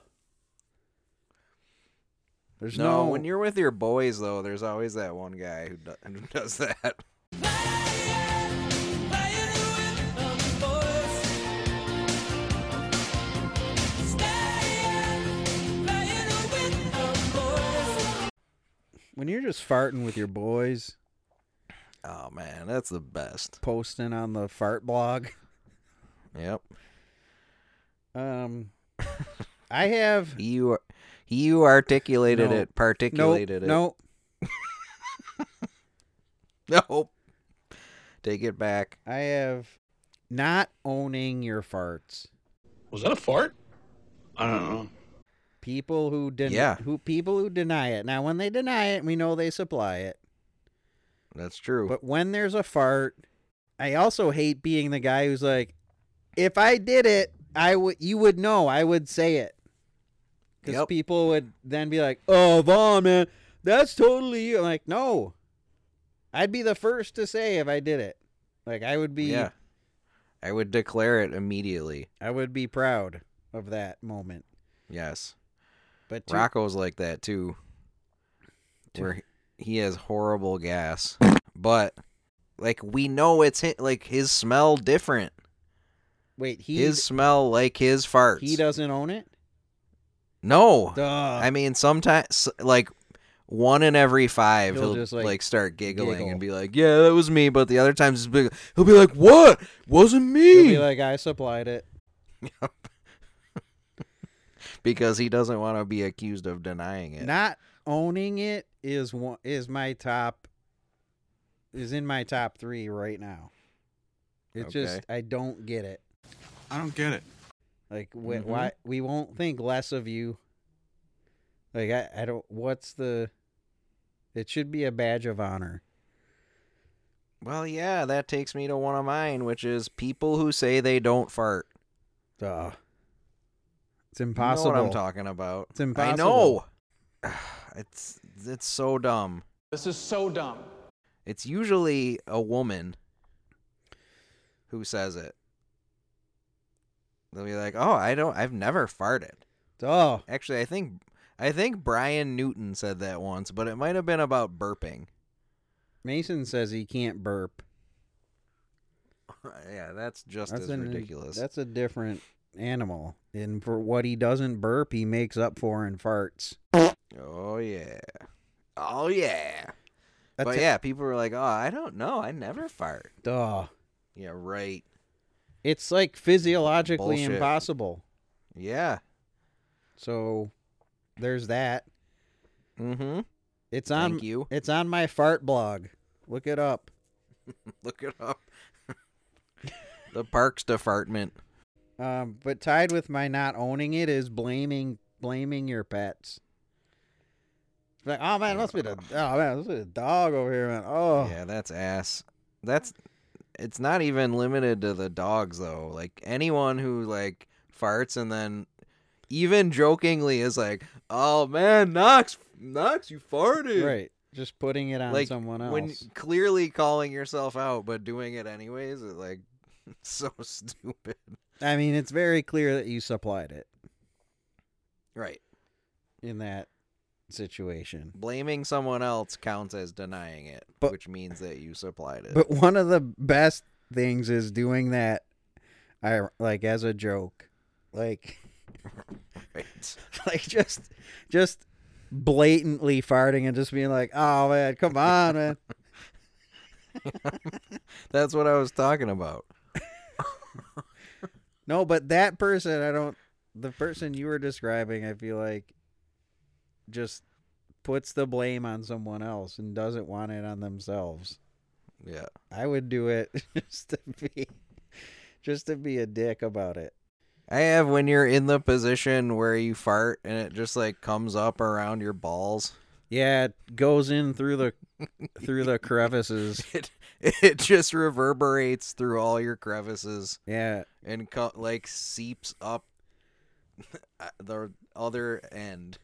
[SPEAKER 2] There's no,
[SPEAKER 3] no, when you're with your boys though, there's always that one guy who, do- who <laughs> does that.
[SPEAKER 2] when you're just farting with your boys,
[SPEAKER 3] Oh man, that's the best.
[SPEAKER 2] posting on the fart blog.
[SPEAKER 3] Yep. <laughs>
[SPEAKER 2] Um, I have
[SPEAKER 3] He you he you articulated
[SPEAKER 2] No.
[SPEAKER 3] it,
[SPEAKER 2] no,
[SPEAKER 3] particulated it.
[SPEAKER 2] no.
[SPEAKER 3] Nope. Take it back.
[SPEAKER 2] I have not owning your farts.
[SPEAKER 13] Was that a fart? I don't know.
[SPEAKER 2] People who den-
[SPEAKER 3] Yeah.
[SPEAKER 2] who people who deny it. Now when they deny it, we know they supply it.
[SPEAKER 3] That's true.
[SPEAKER 2] But when there's a fart, I also hate being the guy who's like, if I did it, I would you would know, I would say it. Because
[SPEAKER 3] Yep.
[SPEAKER 2] people would then be like, Oh Vaughn, man, that's totally you. I'm like, no. I'd be the first to say if I did it. Like I would be
[SPEAKER 3] yeah. I would declare it immediately.
[SPEAKER 2] I would be proud of that moment.
[SPEAKER 3] Yes.
[SPEAKER 2] But to-
[SPEAKER 3] Rocco's like that too.
[SPEAKER 2] To-
[SPEAKER 3] Where he has horrible gas. but like we know it's hi- like his smell different.
[SPEAKER 2] wait, he
[SPEAKER 3] his smell like his farts.
[SPEAKER 2] he doesn't own it?
[SPEAKER 3] No.
[SPEAKER 2] Duh.
[SPEAKER 3] I mean, sometimes like one in every 5
[SPEAKER 2] He'll
[SPEAKER 3] he'll
[SPEAKER 2] just, like,
[SPEAKER 3] like, start giggling
[SPEAKER 2] giggle.
[SPEAKER 3] and be like, "Yeah, that was me," but the other times he's big, he'll be like, "What? Wasn't
[SPEAKER 2] He'll
[SPEAKER 3] me."
[SPEAKER 2] be like, I supplied it.
[SPEAKER 3] because he doesn't want to be accused of denying it.
[SPEAKER 2] Not owning it is one is my top is in my top three right now. It's just
[SPEAKER 3] Okay.
[SPEAKER 2] I don't get it.
[SPEAKER 13] I don't get it.
[SPEAKER 2] Like wh-
[SPEAKER 3] Mm-hmm.
[SPEAKER 13] Mhm.
[SPEAKER 2] why we won't think less of you. Like I, I don't what's the it should be a badge of honor.
[SPEAKER 3] Well, yeah, that takes me to one of mine, which is people who say they don't fart.
[SPEAKER 2] Duh. It's
[SPEAKER 3] You know
[SPEAKER 2] impossible.
[SPEAKER 3] what I'm talking about.
[SPEAKER 2] It's impossible.
[SPEAKER 3] I know. <sighs> It's it's so dumb.
[SPEAKER 5] This is so dumb.
[SPEAKER 3] It's usually a woman who says it. They'll be like, "Oh, I don't. I've never farted."
[SPEAKER 2] Duh.
[SPEAKER 3] Actually, I think I think Brian Newton said that once, but it might have been about burping. <laughs>
[SPEAKER 2] Mason says he can't burp.
[SPEAKER 3] yeah, that's just as
[SPEAKER 2] an- uh,
[SPEAKER 3] ridiculous.
[SPEAKER 2] That's a different animal. And for what he doesn't burp, he makes up for in farts.
[SPEAKER 3] Oh yeah. Oh yeah.
[SPEAKER 2] That's
[SPEAKER 3] but
[SPEAKER 2] it.
[SPEAKER 3] yeah, people were like, "Oh, I don't know. I never fart."
[SPEAKER 2] Duh.
[SPEAKER 3] Yeah, right.
[SPEAKER 2] It's like physiologically
[SPEAKER 3] Bullshit.
[SPEAKER 2] impossible.
[SPEAKER 3] Yeah.
[SPEAKER 2] So there's that.
[SPEAKER 3] Mm-hmm.
[SPEAKER 2] It's on
[SPEAKER 3] Thank you.
[SPEAKER 2] it's on my fart blog. Look it up.
[SPEAKER 3] <laughs> Look it up. <laughs> the Parks Department.
[SPEAKER 2] Um, but tied with my not owning it is blaming blaming your pets. It's Like, oh man, must be the oh man, must be the dog over here, man. Oh
[SPEAKER 3] Yeah, that's ass. That's. It's not even limited to the dogs though. Like anyone who like farts and then, even jokingly is like, "Oh man, Knox, Knox, you farted."
[SPEAKER 2] right. Just putting it on
[SPEAKER 3] like
[SPEAKER 2] someone else.
[SPEAKER 3] when clearly calling yourself out but doing it anyways is like <laughs> so stupid
[SPEAKER 2] I mean, it's very clear that you supplied it
[SPEAKER 3] right
[SPEAKER 2] in that situation.
[SPEAKER 3] blaming someone else counts as denying it
[SPEAKER 2] But-
[SPEAKER 3] which means that you supplied
[SPEAKER 2] <laughs>
[SPEAKER 3] it
[SPEAKER 2] But one of the best things is doing that, I like as a joke, like <laughs>
[SPEAKER 3] right.
[SPEAKER 2] like just just blatantly farting and just being like, oh man, come on, man.
[SPEAKER 3] that's what i was talking about
[SPEAKER 2] No, but that person, I don't. The person you were describing, I feel like, just puts the blame on someone else and doesn't want it on themselves.
[SPEAKER 3] yeah
[SPEAKER 2] I would do it <laughs> just to be, just to be a dick about it.
[SPEAKER 3] i have when you're in the position where you fart and it just like comes up around your balls <laughs>
[SPEAKER 2] Yeah, it goes in through the through the crevices.
[SPEAKER 3] it, it just reverberates through all your crevices
[SPEAKER 2] <laughs> Yeah,
[SPEAKER 3] and co- like seeps up <laughs> uh, the other end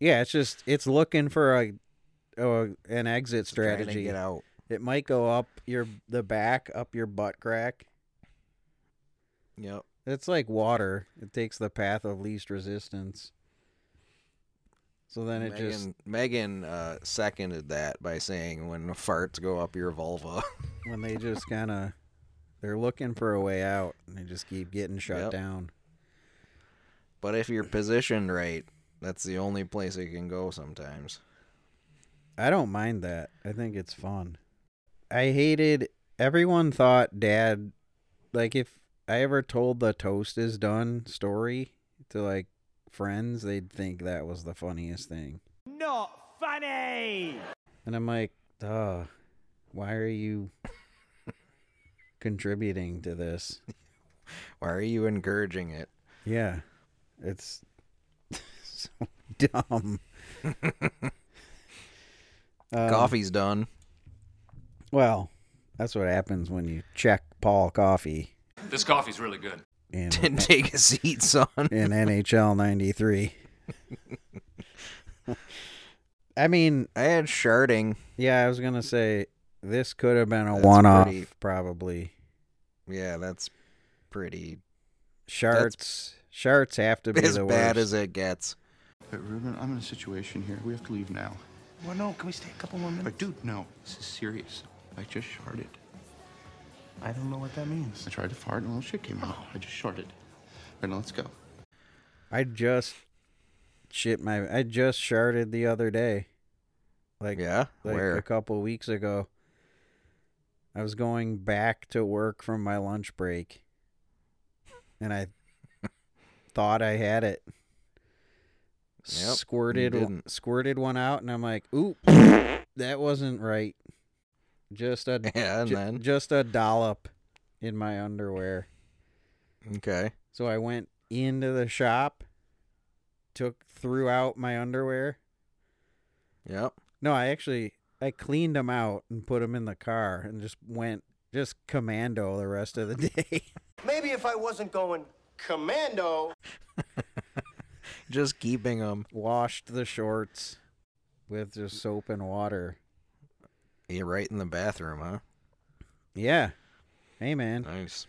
[SPEAKER 2] yeah. It's just it's looking for a, a an exit
[SPEAKER 3] trying to
[SPEAKER 2] strategy.
[SPEAKER 3] get out
[SPEAKER 2] It might go up your the back, up your butt crack.
[SPEAKER 3] Yep.
[SPEAKER 2] It's like water. It takes the path of least resistance. So then it
[SPEAKER 3] Megan,
[SPEAKER 2] just
[SPEAKER 3] Megan uh, seconded that by saying when farts go up your vulva. <laughs>
[SPEAKER 2] when they just kind of they're looking for a way out and they just keep getting shut
[SPEAKER 3] Yep.
[SPEAKER 2] down.
[SPEAKER 3] but if you're positioned right, that's the only place it can go sometimes.
[SPEAKER 2] I don't mind that. I think it's fun. I hated everyone thought dad like if I ever told the toast is done story to like friends, they'd think that was the funniest thing.
[SPEAKER 7] Not funny.
[SPEAKER 2] And I'm like, duh. Why are you contributing to this?
[SPEAKER 3] Why are you encouraging it?
[SPEAKER 2] Yeah. It's <laughs> so dumb. Um, <laughs>
[SPEAKER 3] Coffee's done.
[SPEAKER 2] Well, that's what happens when you check Paul Coffee
[SPEAKER 15] This coffee's really good.
[SPEAKER 2] in
[SPEAKER 3] <laughs> Take a seat, son.
[SPEAKER 2] in NHL 93. I mean,
[SPEAKER 3] I had sharding.
[SPEAKER 2] yeah, I was going to say this could have been a
[SPEAKER 3] That's
[SPEAKER 2] one off,
[SPEAKER 3] pretty-
[SPEAKER 2] probably.
[SPEAKER 3] Yeah, that's pretty
[SPEAKER 2] Sharts, sharts have to be
[SPEAKER 3] as
[SPEAKER 2] the
[SPEAKER 3] bad
[SPEAKER 2] worst.
[SPEAKER 3] as it gets.
[SPEAKER 13] Hey, Ruben, I'm in a situation here. We have to leave now.
[SPEAKER 7] Well, no, can we stay a couple more minutes?
[SPEAKER 13] But, dude, no. This is serious. I just sharded.
[SPEAKER 7] I don't know what that means.
[SPEAKER 13] I tried to fart and all shit came out. I just sharded. Right now, let's go.
[SPEAKER 2] I just shit my. I just sharded the other day. Like
[SPEAKER 3] Yeah?
[SPEAKER 2] like
[SPEAKER 3] Where?
[SPEAKER 2] a couple weeks ago. I was going back to work from my lunch break, and
[SPEAKER 3] <laughs>
[SPEAKER 2] I thought I had it.
[SPEAKER 3] Yep, you
[SPEAKER 2] squirted
[SPEAKER 3] didn't.
[SPEAKER 2] squirted one out, and I'm like,
[SPEAKER 3] <laughs>
[SPEAKER 2] "Oop, that wasn't right." Just a
[SPEAKER 3] <laughs> Yeah, <laughs> and
[SPEAKER 2] ju-
[SPEAKER 3] then?
[SPEAKER 2] just a dollop in my underwear.
[SPEAKER 3] Okay.
[SPEAKER 2] So I went into the shop, took threw out my underwear.
[SPEAKER 3] Yep.
[SPEAKER 2] No, I actually I cleaned them out and put them in the car and just went just commando the rest of the <laughs> day.
[SPEAKER 16] Maybe if I wasn't going commando.
[SPEAKER 3] Just keeping them.
[SPEAKER 2] Washed the shorts with just soap and water.
[SPEAKER 3] You're right in the bathroom, huh?
[SPEAKER 2] Yeah. Hey man,
[SPEAKER 3] Nice.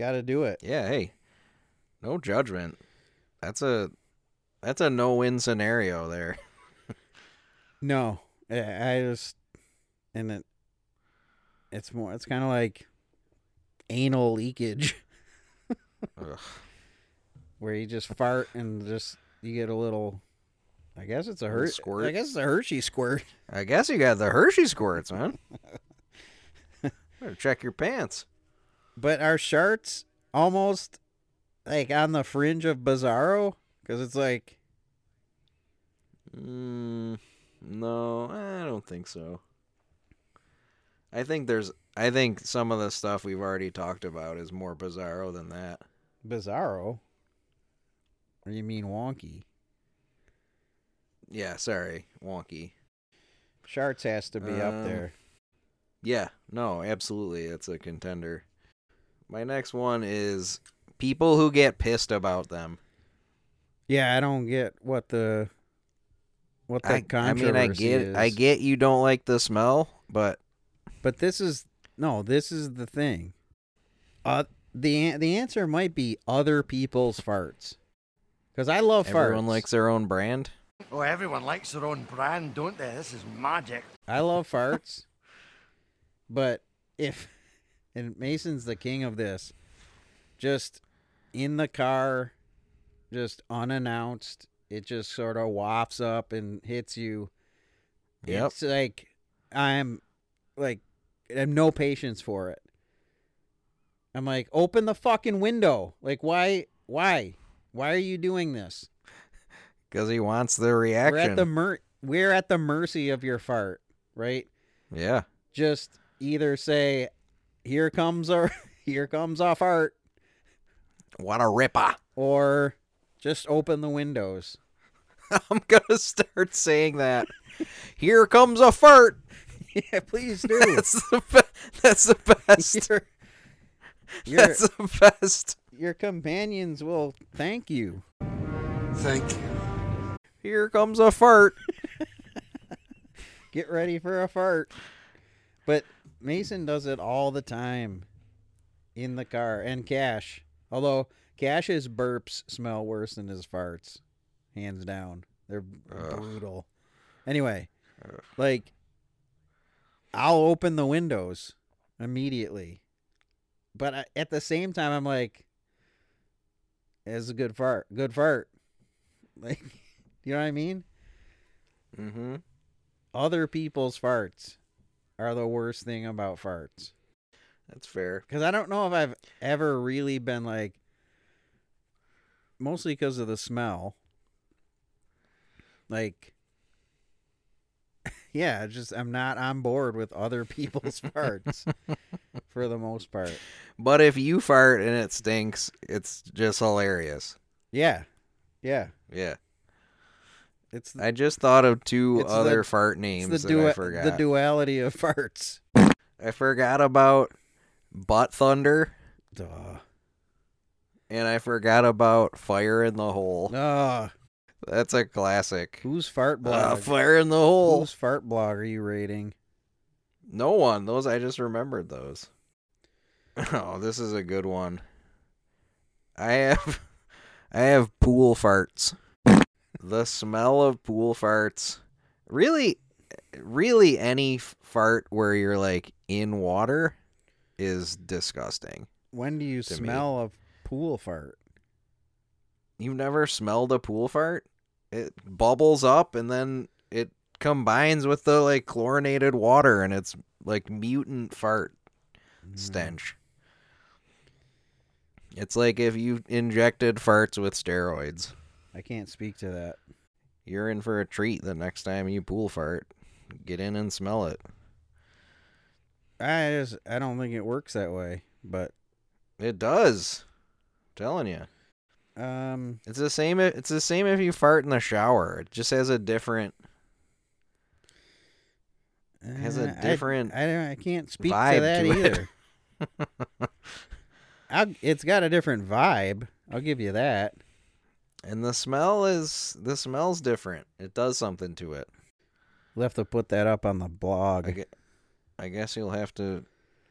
[SPEAKER 2] got to do it.
[SPEAKER 3] Uh, Yeah, hey. No judgment. That's a that's a no-win scenario there.
[SPEAKER 2] No, I I just and it it's more it's kind of like anal leakage <laughs>
[SPEAKER 3] Ugh.
[SPEAKER 2] where you just fart and just you get a little. I guess it's a hurt.
[SPEAKER 3] squirt.
[SPEAKER 2] I guess it's a Hershey squirt.
[SPEAKER 3] I guess you got the Hershey squirts,
[SPEAKER 2] <laughs>
[SPEAKER 3] man. Better check your pants.
[SPEAKER 2] But our shirts almost like on the fringe of bizarro because it's like
[SPEAKER 3] Mm, no, I don't think so. I think there's I think some of the stuff we've already talked about is more bizarro than that.
[SPEAKER 2] bizarro. Or you mean wonky?
[SPEAKER 3] Yeah, sorry. Wonky.
[SPEAKER 2] Sharts has to be
[SPEAKER 3] Um,
[SPEAKER 2] up there.
[SPEAKER 3] Yeah, no, absolutely. It's a contender. My next one is people who get pissed about them.
[SPEAKER 2] Yeah, I don't get what the what the
[SPEAKER 3] I, I
[SPEAKER 2] controversy
[SPEAKER 3] mean, I get
[SPEAKER 2] is.
[SPEAKER 3] I get you don't like the smell, but
[SPEAKER 2] But this is no, this is the thing. Uh the an- the answer might be other people's farts. Cuz I love
[SPEAKER 3] everyone
[SPEAKER 2] farts.
[SPEAKER 3] likes their own brand.
[SPEAKER 9] Oh, everyone likes their own brand, don't they? This is magic.
[SPEAKER 2] I love farts. but if and Mason's the king of this, just in the car, just unannounced, it just sort of wafts up and hits you.
[SPEAKER 3] Yep.
[SPEAKER 2] It's like I'm like I have no patience for it. I'm like, open the fucking window. Like why why? Why are you doing this?
[SPEAKER 3] Because he wants the
[SPEAKER 2] We're at
[SPEAKER 3] reaction.
[SPEAKER 2] the mer- we're at the mercy of your fart, right?
[SPEAKER 3] yeah.
[SPEAKER 2] just either say, "Here comes our, <laughs> here comes off art,"
[SPEAKER 3] What a ripper.
[SPEAKER 2] or just open the windows. <laughs>
[SPEAKER 3] <laughs> I'm going to start saying that. Here comes a fart.
[SPEAKER 2] yeah, please do.
[SPEAKER 3] <laughs> That's the, be- that's the
[SPEAKER 2] <laughs>
[SPEAKER 3] best.
[SPEAKER 2] your, your,
[SPEAKER 3] <laughs> That's the best.
[SPEAKER 2] your companions will thank you.
[SPEAKER 9] Thank you.
[SPEAKER 3] Here comes a fart.
[SPEAKER 2] Get ready for a fart. But Mason does it all the time in the car and Cash. Although Cash's burps smell worse than his farts, hands down. They're
[SPEAKER 3] Ugh.
[SPEAKER 2] brutal. Anyway, like I'll open the windows immediately. But I, at the same time I'm like it's a good fart. Good fart. <laughs> Like you know what I mean?
[SPEAKER 3] Mm-hmm.
[SPEAKER 2] Other people's farts are the worst thing about farts.
[SPEAKER 3] That's fair.
[SPEAKER 2] Because I don't know if I've ever really been like, mostly because of the smell. Like, <laughs> yeah, it's just I'm not on board with other <laughs> people's farts for the most part.
[SPEAKER 3] But if you fart and it stinks, it's just hilarious.
[SPEAKER 2] Yeah. Yeah.
[SPEAKER 3] Yeah.
[SPEAKER 2] It's
[SPEAKER 3] I just thought of two
[SPEAKER 2] It's the-
[SPEAKER 3] other fart
[SPEAKER 2] it's
[SPEAKER 3] names
[SPEAKER 2] the
[SPEAKER 3] that
[SPEAKER 2] dua-
[SPEAKER 3] I forgot.
[SPEAKER 2] The duality of farts.
[SPEAKER 3] I forgot about butt thunder.
[SPEAKER 2] Duh.
[SPEAKER 3] And I forgot about fire in the hole.
[SPEAKER 2] Ah.
[SPEAKER 3] That's a classic.
[SPEAKER 2] Whose fart
[SPEAKER 3] Uh,
[SPEAKER 2] blog?
[SPEAKER 3] fire in the hole.
[SPEAKER 2] Whose fart blog are you rating?
[SPEAKER 3] No one. Those I just remembered those. <laughs> Oh, this is a good one. I have <laughs> I have pool farts. the smell of pool farts. Really really any f- fart where you're like in water is disgusting.
[SPEAKER 2] When do you
[SPEAKER 3] To me.
[SPEAKER 2] smell a pool fart?
[SPEAKER 3] You've never smelled a pool fart? It bubbles up and then it combines with the like chlorinated water and it's like mutant fart stench. It's like if you injected farts with steroids.
[SPEAKER 2] I can't speak to that.
[SPEAKER 3] You're in for a treat the next time you pool fart. Get in and smell it.
[SPEAKER 2] I just I don't think it works that way, but
[SPEAKER 3] It does. telling you.
[SPEAKER 2] um
[SPEAKER 3] It's the same i- it's the same if you fart in the shower. It just has a different has a
[SPEAKER 2] uh, I-
[SPEAKER 3] different
[SPEAKER 2] I, don't I can't speak to
[SPEAKER 3] vibe
[SPEAKER 2] that
[SPEAKER 3] to it.
[SPEAKER 2] either.
[SPEAKER 3] <laughs>
[SPEAKER 2] I'll, it's got a different vibe. I'll give you that.
[SPEAKER 3] and the smell is the smell's different. It does something to it.
[SPEAKER 2] We'll have to put that up on the blog.
[SPEAKER 3] I, gue- I guess you'll have to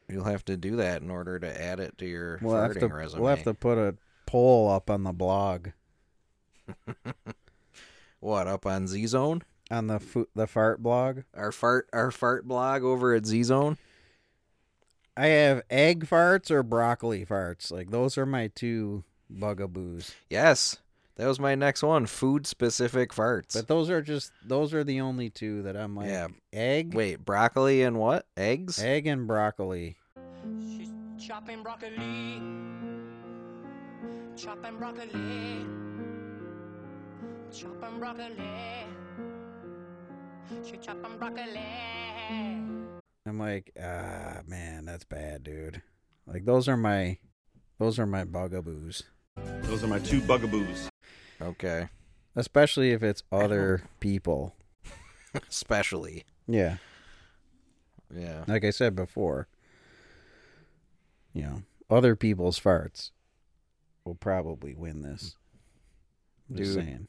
[SPEAKER 3] you'll have to do that in order to add it to your
[SPEAKER 2] we'll have
[SPEAKER 3] farting
[SPEAKER 2] to
[SPEAKER 3] resume.
[SPEAKER 2] we'll have to put a poll up on the blog
[SPEAKER 3] What up on Z Zone?
[SPEAKER 2] on the fu- the fart blog.
[SPEAKER 3] Our fart our fart blog over at Z Zone.
[SPEAKER 2] I have egg farts or broccoli farts. Like those are my two bugaboos.
[SPEAKER 3] Yes, that was my next one. Food specific farts.
[SPEAKER 2] But those are just those are the only two that I'm like
[SPEAKER 3] yeah.
[SPEAKER 2] egg,
[SPEAKER 3] Wait, broccoli and what? Eggs?
[SPEAKER 2] egg and broccoli.
[SPEAKER 15] Chopping broccoli. Chopping broccoli. Chopping broccoli. She chopping broccoli.
[SPEAKER 2] I'm like, ah, man, that's bad, dude. Like those are my, those are my bugaboos.
[SPEAKER 17] Those are my two bugaboos.
[SPEAKER 3] Okay. <laughs>
[SPEAKER 2] Especially if it's other people.
[SPEAKER 3] Especially.
[SPEAKER 2] Yeah,
[SPEAKER 3] Yeah.
[SPEAKER 2] like I said before. You know, other people's farts will probably win this. I'm Just
[SPEAKER 3] Dude.
[SPEAKER 2] saying.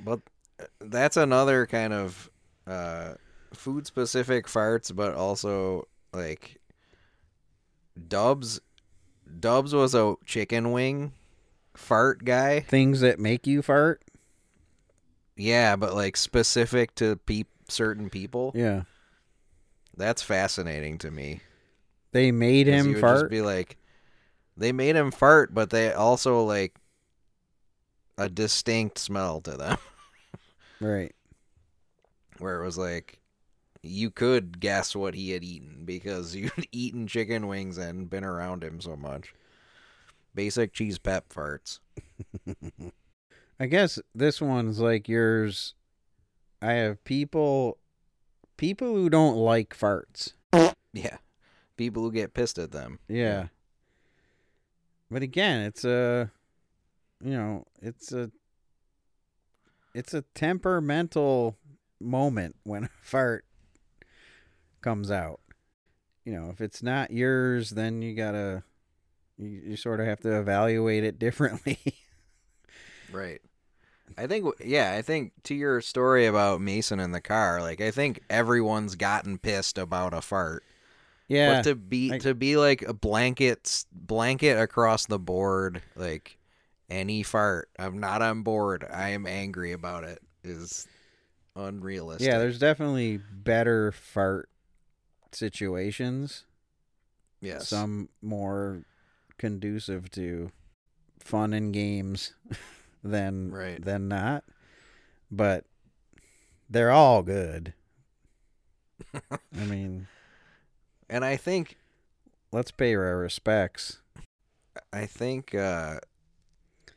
[SPEAKER 3] But uh, that's another kind of uh, food specific farts, but also like Dubs. Dubs was a chicken wing fart guy.
[SPEAKER 2] Things that make you fart.
[SPEAKER 3] Yeah, but like specific to peop certain people.
[SPEAKER 2] Yeah,
[SPEAKER 3] That's fascinating to me.
[SPEAKER 2] they made
[SPEAKER 3] 'Cause you
[SPEAKER 2] him
[SPEAKER 3] would Just
[SPEAKER 2] fart.
[SPEAKER 3] be like, they made him fart, but they also like a distinct smell to them,
[SPEAKER 2] right.
[SPEAKER 3] where it was like you could guess what he had eaten because <laughs> you'd eaten chicken wings and been around him so much. Basic cheese pep farts.
[SPEAKER 2] I guess this one's like yours. I have people, people who don't like farts.
[SPEAKER 3] Yeah, people who get pissed at them.
[SPEAKER 2] Yeah. But again, it's a you know, it's a it's a temperamental moment when <laughs> a fart comes out. You know, if it's not yours, then you got to you, you sort of have to evaluate it <laughs> differently.
[SPEAKER 3] Right. I think, yeah, I think to your story about Mason in the car, like, I think everyone's gotten pissed about a fart.
[SPEAKER 2] yeah.
[SPEAKER 3] But to be, to be like a blanket, blanket across the board, like any fart, I'm not on board. I am angry about it is unrealistic.
[SPEAKER 2] yeah, there's definitely better fart situations.
[SPEAKER 3] Yes.
[SPEAKER 2] Some more conducive to fun and games <laughs> than
[SPEAKER 3] Right.
[SPEAKER 2] than not. But they're all good.
[SPEAKER 3] <laughs>
[SPEAKER 2] I mean,
[SPEAKER 3] and I think,
[SPEAKER 2] let's pay our respects.
[SPEAKER 3] I think, uh,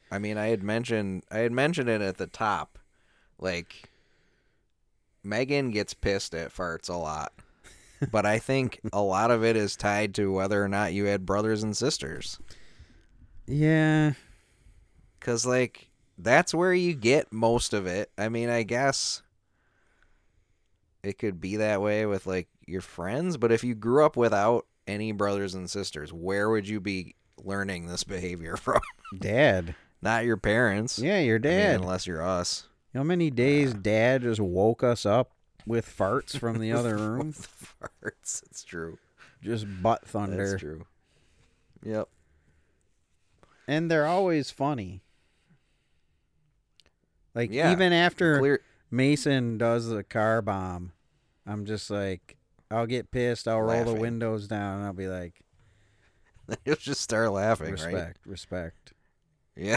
[SPEAKER 3] I mean, I had mentioned, I had mentioned it at the top, like, Megan gets pissed at farts
[SPEAKER 2] <laughs>
[SPEAKER 3] a lot, but I think a lot of it is tied to whether or not you had brothers and sisters.
[SPEAKER 2] Yeah.
[SPEAKER 3] Cause like that's where you get most of it. I mean, I guess it could be that way with like your friends, but if you grew up without any brothers and sisters, where would you be learning this behavior <laughs> from?
[SPEAKER 2] Dad.
[SPEAKER 3] Not your parents.
[SPEAKER 2] Yeah, your
[SPEAKER 3] I mean,
[SPEAKER 2] dad.
[SPEAKER 3] unless you're us. <laughs>
[SPEAKER 2] You know how many days dad just woke us up with farts from the
[SPEAKER 3] <laughs>
[SPEAKER 2] other room?
[SPEAKER 3] farts. It's true.
[SPEAKER 2] Just butt thunder.
[SPEAKER 3] That's true. Yep.
[SPEAKER 2] And they're always funny. Like
[SPEAKER 3] Yeah,
[SPEAKER 2] even after
[SPEAKER 3] clear- <laughs>
[SPEAKER 2] Mason does the car bomb, I'm just like I'll get pissed, I'll roll
[SPEAKER 3] Laughing.
[SPEAKER 2] the windows down and I'll be like
[SPEAKER 3] You'll just start laughing,
[SPEAKER 2] respect,
[SPEAKER 3] right?
[SPEAKER 2] respect.
[SPEAKER 3] Yeah.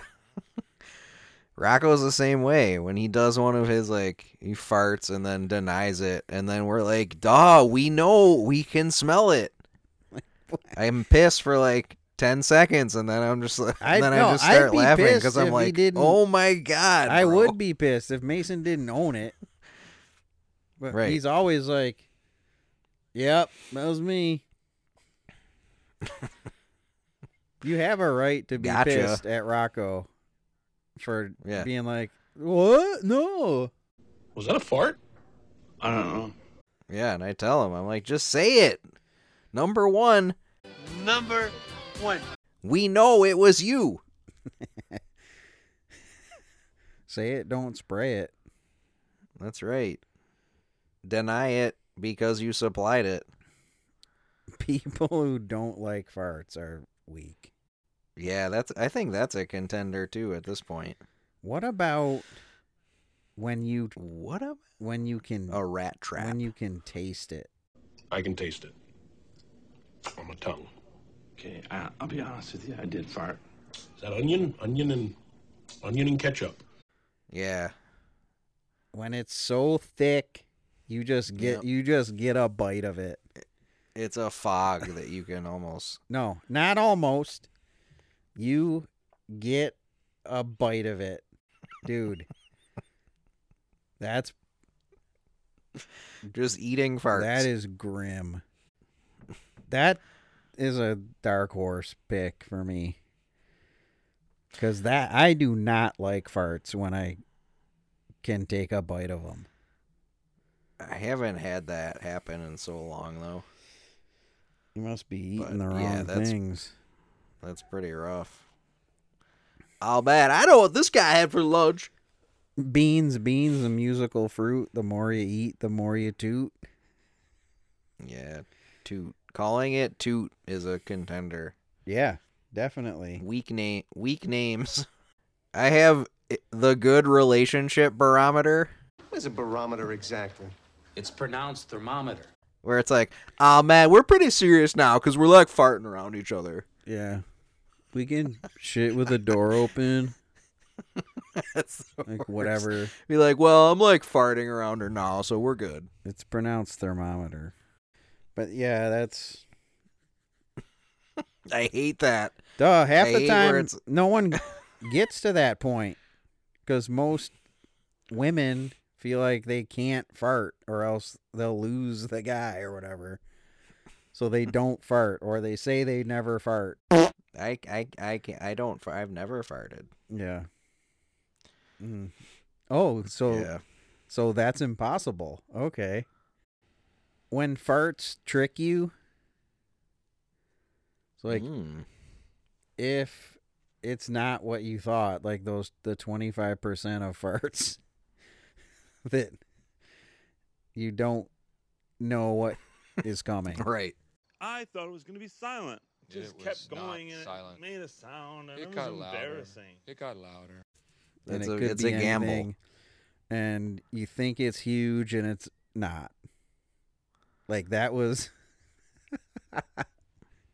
[SPEAKER 3] <laughs> Rocco's the same way. When he does one of his like he farts and then denies it, and then we're like, "Duh, we know, we can
[SPEAKER 2] <laughs>
[SPEAKER 3] smell it." I'm pissed for like ten seconds, and then I'm just <laughs> like,
[SPEAKER 2] I-
[SPEAKER 3] and then
[SPEAKER 2] no,
[SPEAKER 3] I just
[SPEAKER 2] I'd
[SPEAKER 3] start
[SPEAKER 2] be
[SPEAKER 3] laughing
[SPEAKER 2] pissed
[SPEAKER 3] because
[SPEAKER 2] if
[SPEAKER 3] I'm
[SPEAKER 2] he
[SPEAKER 3] like,
[SPEAKER 2] didn't-
[SPEAKER 3] "Oh my god!"
[SPEAKER 2] I
[SPEAKER 3] bro."
[SPEAKER 2] would be pissed if Mason didn't own it. But
[SPEAKER 3] Right.
[SPEAKER 2] he's always like Yep, that was
[SPEAKER 3] <laughs>
[SPEAKER 2] me. you have a right to be
[SPEAKER 3] Gotcha.
[SPEAKER 2] pissed at Rocco for
[SPEAKER 3] Yeah.
[SPEAKER 2] being like, What? No.
[SPEAKER 3] Was that a fart? I don't know. <laughs> Yeah, and I tell him, I'm like, just say it. Number one,
[SPEAKER 5] Number one.
[SPEAKER 3] we know it was you.
[SPEAKER 2] Say it, don't spray it.
[SPEAKER 3] That's right. Deny it because you supplied it.
[SPEAKER 2] <laughs> People who don't like farts are weak.
[SPEAKER 3] Yeah, that's. I think that's a contender too at this point.
[SPEAKER 2] What about when you
[SPEAKER 3] What a
[SPEAKER 2] when you can
[SPEAKER 3] a rat trap.
[SPEAKER 2] when you can taste it?
[SPEAKER 9] <laughs> I can taste it. On my tongue.
[SPEAKER 13] Okay, I, I'll be honest with you. I did fart.
[SPEAKER 9] Is that onion? Onion and onion and ketchup.
[SPEAKER 3] yeah,
[SPEAKER 2] When it's so thick, you just get
[SPEAKER 3] Yep.
[SPEAKER 2] you just get a bite of it.
[SPEAKER 3] it's a <laughs> fog that you can almost.
[SPEAKER 2] No, not almost. You get a bite of it,
[SPEAKER 3] <laughs>
[SPEAKER 2] dude. That's
[SPEAKER 3] Just eating farts.
[SPEAKER 2] That is grim. That is a dark horse pick for me. Cuz that I do not like farts when I can take a bite of them.
[SPEAKER 3] I haven't had that happen in so long though.
[SPEAKER 2] You must be eating
[SPEAKER 3] But,
[SPEAKER 2] the wrong
[SPEAKER 3] yeah, that's-
[SPEAKER 2] things.
[SPEAKER 3] That's pretty rough. I'll bet. I know what this guy had for lunch.
[SPEAKER 2] Beans, beans, a musical fruit. The more you eat, the more you toot.
[SPEAKER 3] Yeah, toot. Calling it toot is a contender.
[SPEAKER 2] Yeah, definitely.
[SPEAKER 3] Weak name. Weak names. <laughs> I have i- the good relationship barometer.
[SPEAKER 16] What is a barometer exactly?
[SPEAKER 9] It's pronounced thermometer.
[SPEAKER 3] where it's like, oh man, we're pretty serious now because we're like farting around each other.
[SPEAKER 2] Yeah. We can shit with the door open,
[SPEAKER 3] <laughs> That's the
[SPEAKER 2] like <laughs>
[SPEAKER 3] worst.
[SPEAKER 2] whatever.
[SPEAKER 3] Be like, well, I'm like farting around her now, so we're good.
[SPEAKER 2] It's pronounced thermometer. But yeah, that's
[SPEAKER 3] I hate that.
[SPEAKER 2] Duh, half
[SPEAKER 3] I
[SPEAKER 2] the
[SPEAKER 3] hate
[SPEAKER 2] time
[SPEAKER 3] where it's-
[SPEAKER 2] no
[SPEAKER 3] <laughs>
[SPEAKER 2] one gets to that point because most women feel like they can't fart or else they'll lose the guy or whatever. So
[SPEAKER 3] <laughs>
[SPEAKER 2] they don't fart or they say they never fart.
[SPEAKER 3] I I I can't. I don't. fart. I've never farted.
[SPEAKER 2] Yeah. Mm. Oh, so
[SPEAKER 3] yeah.
[SPEAKER 2] so that's impossible. Okay. When farts trick you, it's like
[SPEAKER 3] Mm.
[SPEAKER 2] if it's not what you thought, like those the twenty five percent of farts <laughs> that you don't know what is coming.
[SPEAKER 3] right.
[SPEAKER 17] I thought it was going to be silent. Just
[SPEAKER 11] It was
[SPEAKER 17] kept
[SPEAKER 11] not
[SPEAKER 17] going and
[SPEAKER 11] silent.
[SPEAKER 17] it made a sound. And
[SPEAKER 11] It
[SPEAKER 17] it,
[SPEAKER 11] got
[SPEAKER 17] was
[SPEAKER 11] louder.
[SPEAKER 17] embarrassing.
[SPEAKER 11] It got louder.
[SPEAKER 2] And
[SPEAKER 3] It's
[SPEAKER 2] it
[SPEAKER 3] a-
[SPEAKER 2] could
[SPEAKER 3] it's
[SPEAKER 2] be
[SPEAKER 3] a gamble.
[SPEAKER 2] anything, and you think it's huge and it's not. Like that was <laughs>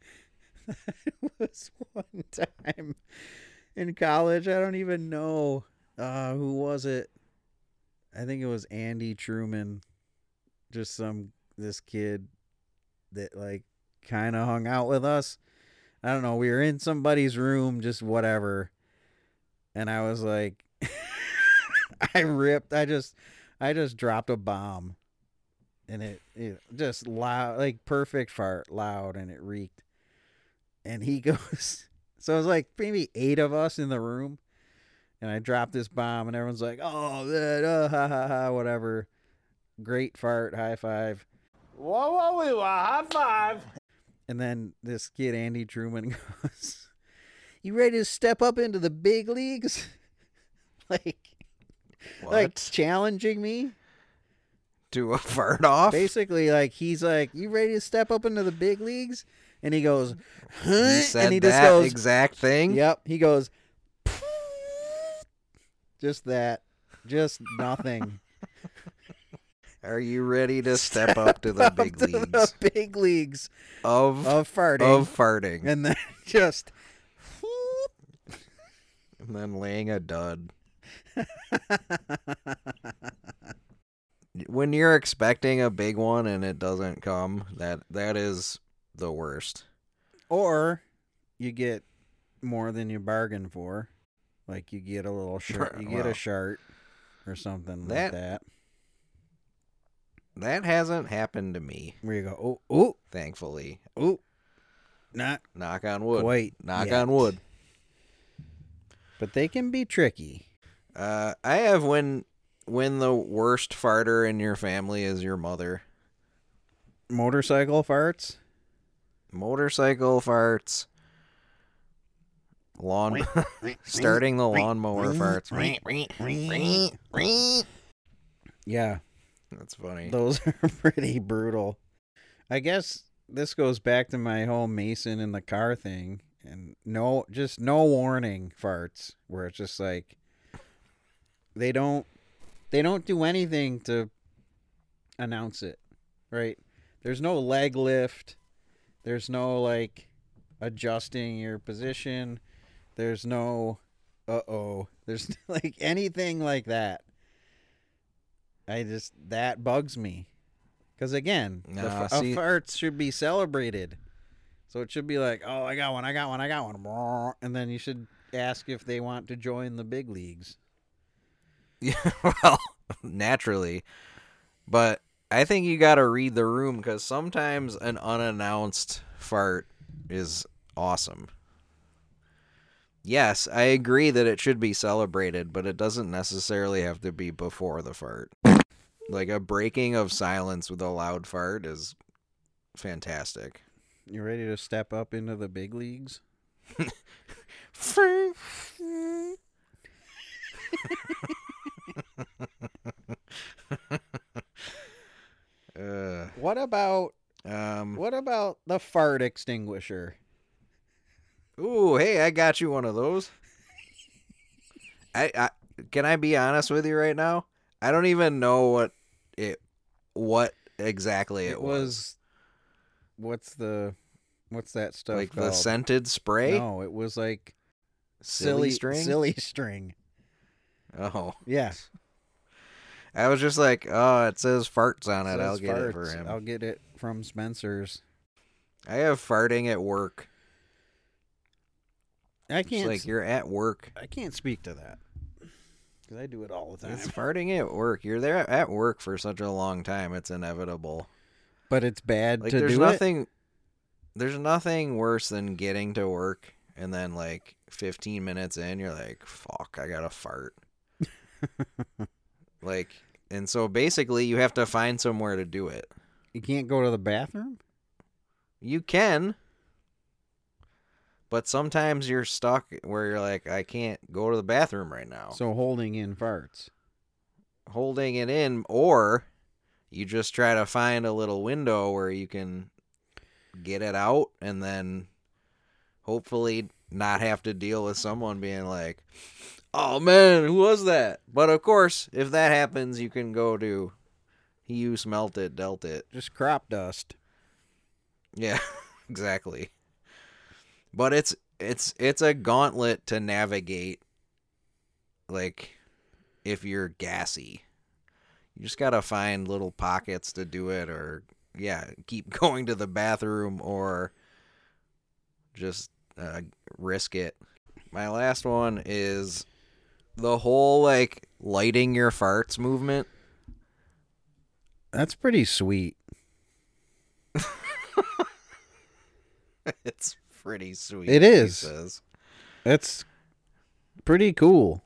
[SPEAKER 2] that was one time in college. I don't even know uh, who was it. I think it was Andy Truman, just some this kid that like kind of hung out with us. I don't know. We were in somebody's room, just <laughs> whatever, and I was like, I ripped. I just I just dropped a bomb, and it, it just loud, like perfect fart, loud, and it reeked. And he <laughs> goes, so it was like maybe eight of us in the room, and I dropped this bomb, and everyone's like, "Oh, that, uh, ha ha ha, whatever." Great fart, high five.
[SPEAKER 7] Whoa, whoa, wee, wah, high five.
[SPEAKER 2] And then this kid Andy Truman <laughs> goes, "You ready to step up into the big leagues?" <laughs> like, like challenging me
[SPEAKER 3] Do a fart off?
[SPEAKER 2] Basically, like he's like, "You ready to step up into the big leagues?" And he goes, "Huh?"
[SPEAKER 3] You
[SPEAKER 2] and
[SPEAKER 3] said
[SPEAKER 2] he just
[SPEAKER 3] that
[SPEAKER 2] goes,
[SPEAKER 3] exact thing.
[SPEAKER 2] "Yep." He goes, "Just that, just nothing."
[SPEAKER 3] Are you
[SPEAKER 2] <laughs>
[SPEAKER 3] ready to step up to <laughs> the
[SPEAKER 2] Up
[SPEAKER 3] big
[SPEAKER 2] to <laughs>
[SPEAKER 3] leagues
[SPEAKER 2] the big leagues
[SPEAKER 3] of
[SPEAKER 2] of farting,
[SPEAKER 3] of farting,
[SPEAKER 2] and then <laughs> just
[SPEAKER 3] and then laying a dud? when you're expecting a big one and it doesn't come, that that is the worst.
[SPEAKER 2] Or you get more than you bargain for. Like you get a little shirt,
[SPEAKER 3] Right,
[SPEAKER 2] you get
[SPEAKER 3] well.
[SPEAKER 2] a shirt or something like
[SPEAKER 3] That-
[SPEAKER 2] that.
[SPEAKER 3] That hasn't happened to me,
[SPEAKER 2] Where you go, oh, oh,
[SPEAKER 3] thankfully.
[SPEAKER 2] oh, not
[SPEAKER 3] Knock on wood.
[SPEAKER 2] quite.
[SPEAKER 3] Knock
[SPEAKER 2] yet.
[SPEAKER 3] on wood.
[SPEAKER 2] But they can be tricky.
[SPEAKER 3] Uh, I have when when the worst farter in your family is your mother.
[SPEAKER 2] Motorcycle farts.
[SPEAKER 3] Motorcycle farts. Lawn <laughs> starting the lawnmower farts.
[SPEAKER 2] Yeah,
[SPEAKER 3] That's funny.
[SPEAKER 2] those <laughs> are pretty brutal. I guess this goes back to my whole Mason in the car thing, and no, just no warning farts, where it's just like they don't they don't do anything to announce it, right? There's no leg lift. There's no like adjusting your position. There's no uh oh. There's <laughs> like anything like that. I just that bugs me. Cause again, the
[SPEAKER 3] Nah,
[SPEAKER 2] f- a
[SPEAKER 3] see-
[SPEAKER 2] farts should be celebrated. So it should be like, oh, I got one, I got one, I got one, and then you should ask if they want to join the big leagues.
[SPEAKER 3] Yeah, well, naturally. But I think you got to read the room because sometimes an unannounced fart is awesome. Yes, I agree that it should be celebrated, but it doesn't necessarily have to be before the fart. Like a breaking of silence with a loud fart is fantastic. <laughs>
[SPEAKER 2] You ready to step up into the big leagues?
[SPEAKER 3] Uh,
[SPEAKER 2] What about
[SPEAKER 3] um,
[SPEAKER 2] what about the fart extinguisher?
[SPEAKER 3] Ooh, hey, I got you one
[SPEAKER 2] <laughs>
[SPEAKER 3] of those. I, I can I be honest with you right now? I don't even know what it what exactly it,
[SPEAKER 2] It was what's the what's that stuff
[SPEAKER 3] like the
[SPEAKER 2] called?
[SPEAKER 3] scented spray,
[SPEAKER 2] No, it was like
[SPEAKER 3] silly, string.
[SPEAKER 2] silly string.
[SPEAKER 3] Oh,
[SPEAKER 2] Yeah,
[SPEAKER 3] I was just like, oh, it says farts on it.
[SPEAKER 2] says
[SPEAKER 3] I'll get it for
[SPEAKER 2] farts.
[SPEAKER 3] him.
[SPEAKER 2] I'll get it from Spencer's.
[SPEAKER 3] I have farting at work.
[SPEAKER 2] I
[SPEAKER 3] It's
[SPEAKER 2] can't.
[SPEAKER 3] like
[SPEAKER 2] s-
[SPEAKER 3] you're at work.
[SPEAKER 2] I can't speak to that because I do it all the time.
[SPEAKER 3] It's farting at work. You're there at work for such a long time. It's inevitable.
[SPEAKER 2] But it's bad
[SPEAKER 3] like
[SPEAKER 2] to
[SPEAKER 3] there's
[SPEAKER 2] do it.
[SPEAKER 3] nothing there's nothing worse than getting to work and then like 15 minutes in you're like fuck i
[SPEAKER 2] <laughs>
[SPEAKER 3] gotta fart like and so basically you have to find somewhere to do it
[SPEAKER 2] You can't go to the bathroom.
[SPEAKER 3] you can but sometimes you're stuck where you're like i can't go to the bathroom right now
[SPEAKER 2] So holding in farts.
[SPEAKER 3] holding it in or you just try to find a little window where you can get it out and then hopefully not have to deal with someone being like oh man who was that but of course if that happens you can go to he who smelt it dealt it
[SPEAKER 2] Just crop dust.
[SPEAKER 3] yeah, <laughs> exactly. But it's it's it's a gauntlet to navigate like if you're gassy. You just got to find little pockets to do it or yeah, keep <laughs> going to the bathroom or just uh, risk it. My last one is the whole like lighting your farts movement. <laughs>
[SPEAKER 2] That's pretty sweet.
[SPEAKER 3] it's pretty sweet.
[SPEAKER 2] It
[SPEAKER 3] he
[SPEAKER 2] is.
[SPEAKER 3] says.
[SPEAKER 2] That's pretty cool.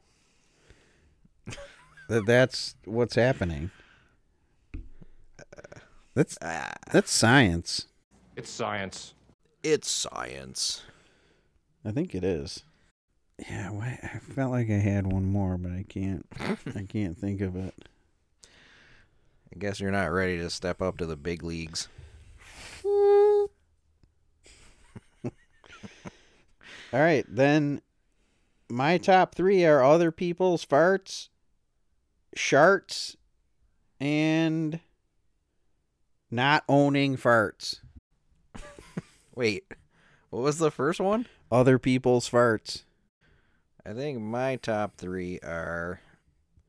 [SPEAKER 2] that that's what's happening. That's that's science.
[SPEAKER 11] It's science.
[SPEAKER 3] It's science.
[SPEAKER 2] I think it is. Yeah, why I felt like I had one more, but I can't. I can't think of it.
[SPEAKER 3] I guess you're not ready to step up to the big leagues.
[SPEAKER 2] All right, then my top three are other people's farts, sharts, and not owning farts.
[SPEAKER 3] Wait, what was the first one?
[SPEAKER 2] Other people's farts.
[SPEAKER 3] I think my top three are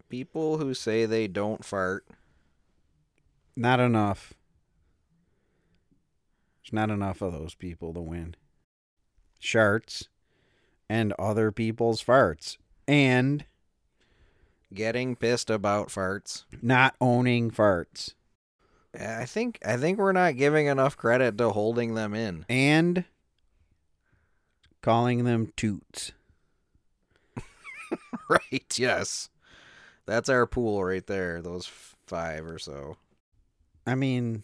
[SPEAKER 3] people who say they don't fart.
[SPEAKER 2] Not enough. There's not enough of those people to win. Sharts and other people's farts. And
[SPEAKER 3] Getting pissed about farts.
[SPEAKER 2] not owning farts.
[SPEAKER 3] I think I think we're not giving enough credit to holding them in. <laughs>
[SPEAKER 2] And calling them toots.
[SPEAKER 3] right, yes. That's our pool right there, those five or so.
[SPEAKER 2] I mean,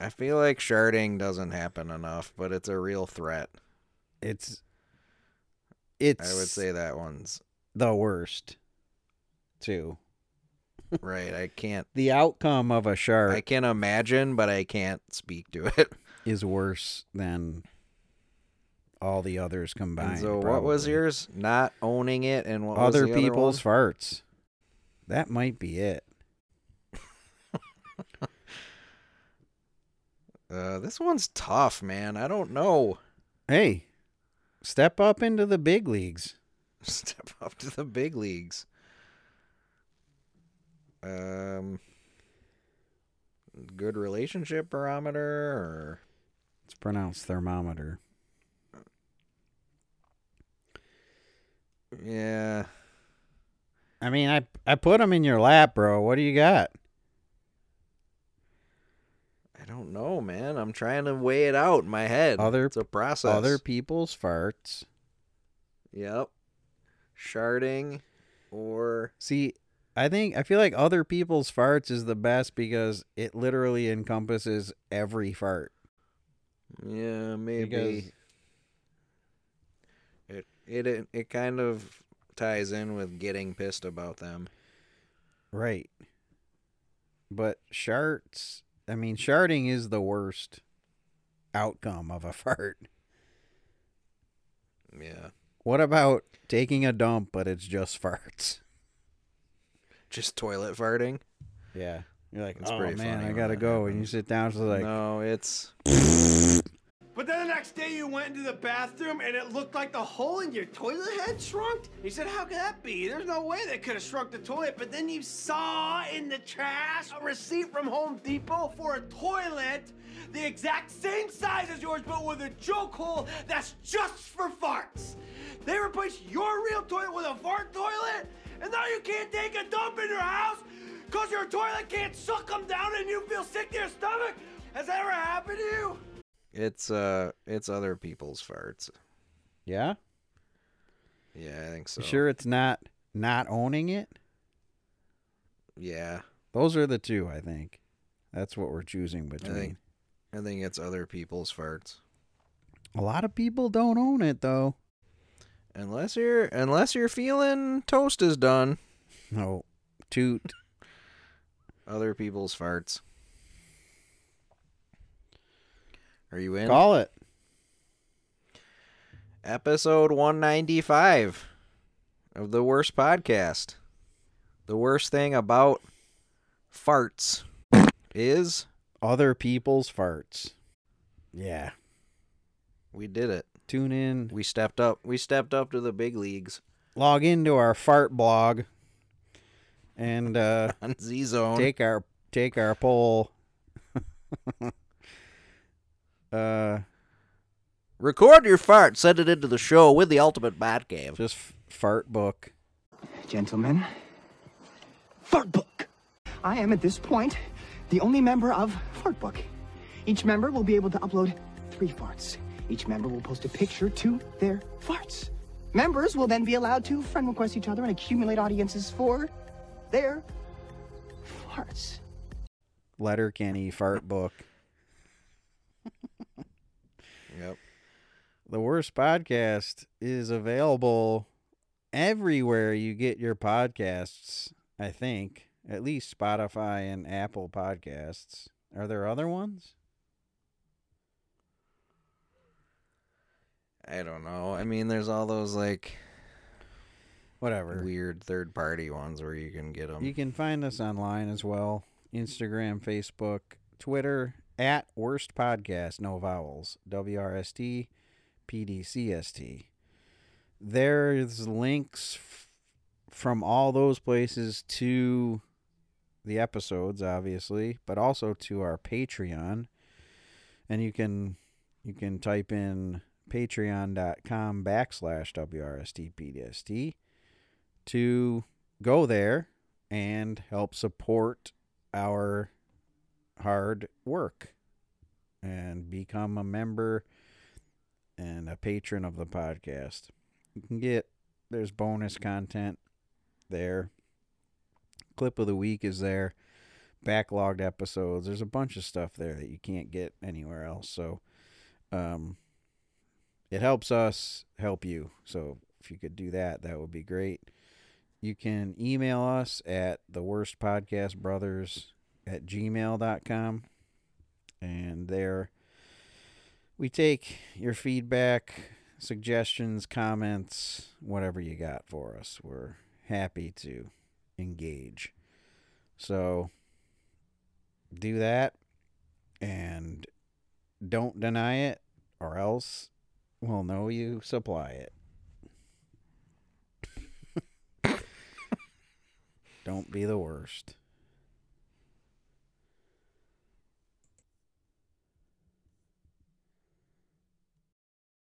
[SPEAKER 3] I feel like sharding doesn't happen enough, but it's a real threat.
[SPEAKER 2] it's it's
[SPEAKER 3] I would say that one's
[SPEAKER 2] the worst too.
[SPEAKER 3] right. I can't
[SPEAKER 2] The outcome of a shark
[SPEAKER 3] I can imagine, but I can't speak to it. <laughs>
[SPEAKER 2] is worse than all the others
[SPEAKER 3] And
[SPEAKER 2] combined.
[SPEAKER 3] so what was
[SPEAKER 2] probably.
[SPEAKER 3] yours? Not owning it and what
[SPEAKER 2] other
[SPEAKER 3] was the
[SPEAKER 2] people's
[SPEAKER 3] other
[SPEAKER 2] farts? That might be it.
[SPEAKER 3] one? Uh this one's tough, man. I don't know. <laughs>
[SPEAKER 2] Hey, step up into the big leagues.
[SPEAKER 3] Step up to the big leagues. Um good relationship barometer or
[SPEAKER 2] It's pronounced thermometer.
[SPEAKER 3] yeah.
[SPEAKER 2] I mean, I I put them in your lap, bro. What do you got?
[SPEAKER 3] I don't know, man. I'm trying to weigh it out in my head.
[SPEAKER 2] Other-
[SPEAKER 3] it's a process.
[SPEAKER 2] Other people's farts.
[SPEAKER 3] Yep. Sharding or
[SPEAKER 2] See, I think I feel like other people's farts is the best because it literally encompasses every fart. Because
[SPEAKER 3] yeah, maybe it it it, it kind of ties in with getting pissed about them.
[SPEAKER 2] right. But sharts, I mean, sharding is the worst outcome of a <laughs> fart.
[SPEAKER 3] Yeah.
[SPEAKER 2] What about taking a dump but it's just farts?
[SPEAKER 3] Just toilet farting.
[SPEAKER 2] Yeah. You're like,
[SPEAKER 3] It's
[SPEAKER 2] oh
[SPEAKER 3] pretty
[SPEAKER 2] man,
[SPEAKER 3] funny
[SPEAKER 2] I
[SPEAKER 3] when
[SPEAKER 2] gotta
[SPEAKER 3] that
[SPEAKER 2] go, and you
[SPEAKER 3] happens.
[SPEAKER 2] sit down, so like,
[SPEAKER 3] no, it's
[SPEAKER 9] But then the next day you went into the bathroom and it looked like the hole in your toilet had shrunk. You said, How could that be? There's no way they could have shrunk the toilet. But then you saw in the trash a receipt from Home Depot for a toilet the exact same size as yours, but with a joke hole that's just for farts. They replaced your real toilet with a fart toilet, and now you can't take a dump in your house because your toilet can't suck them down and you feel sick to your stomach. Has that ever happened to you?
[SPEAKER 3] it's uh it's other people's farts.
[SPEAKER 2] yeah,
[SPEAKER 3] Yeah, I think so.
[SPEAKER 2] You sure it's not not owning it.
[SPEAKER 3] Yeah.
[SPEAKER 2] Those are the two, I think. That's what we're choosing between.
[SPEAKER 3] I think it's other people's farts.
[SPEAKER 2] A lot of people don't own it though.
[SPEAKER 3] Unless you're unless you're feeling toast is done.
[SPEAKER 2] No, <laughs> toot.
[SPEAKER 3] Other people's farts. Are you in?
[SPEAKER 2] Call it.
[SPEAKER 3] Episode 195 of the worst podcast. The worst thing about farts is
[SPEAKER 2] Other people's farts. Yeah.
[SPEAKER 3] we did it.
[SPEAKER 2] Tune in.
[SPEAKER 3] We stepped up. We stepped up to the big leagues
[SPEAKER 2] Log into our fart blog, and uh,
[SPEAKER 3] on Z Zone.
[SPEAKER 2] take our take our poll. <laughs> uh,
[SPEAKER 3] Record your fart. Send it into the show with the ultimate bat game.
[SPEAKER 2] just f- fart book.
[SPEAKER 18] Gentlemen, fart book. I am at this point the only member of Fartbook. Each member will be able to upload three farts. Each member will post a picture to their farts. Members will then be allowed to friend request each other and accumulate audiences for their farts.
[SPEAKER 2] Letter Kenny fart book.
[SPEAKER 3] yep.
[SPEAKER 2] The worst podcast is available everywhere you get your podcasts, I think. At least Spotify and Apple Podcasts. Are there other ones?
[SPEAKER 3] I don't know. I mean, there's all those like
[SPEAKER 2] whatever
[SPEAKER 3] weird third party ones where you can get them.
[SPEAKER 2] You can find us online as well Instagram, Facebook, Twitter, at Worst Podcast, no vowels, WRST, PDCST. There's links f- from all those places to the episodes, obviously, but also to our Patreon. And you can you can type in patreon.com backslash WRSTPDST to go there and help support our hard work and become a member and a patron of the podcast. You can get there's bonus content there. Clip of the week is there. Backlogged episodes. There's a bunch of stuff there that you can't get anywhere else. So um it helps us help you. So if you could do that, that would be great. You can email us at the worst podcast brothers at gmail.com. And there we take your feedback, suggestions, comments, whatever you got for us. We're happy to engage. So do that and don't deny it, or else we'll know you supply it. Don't be the worst.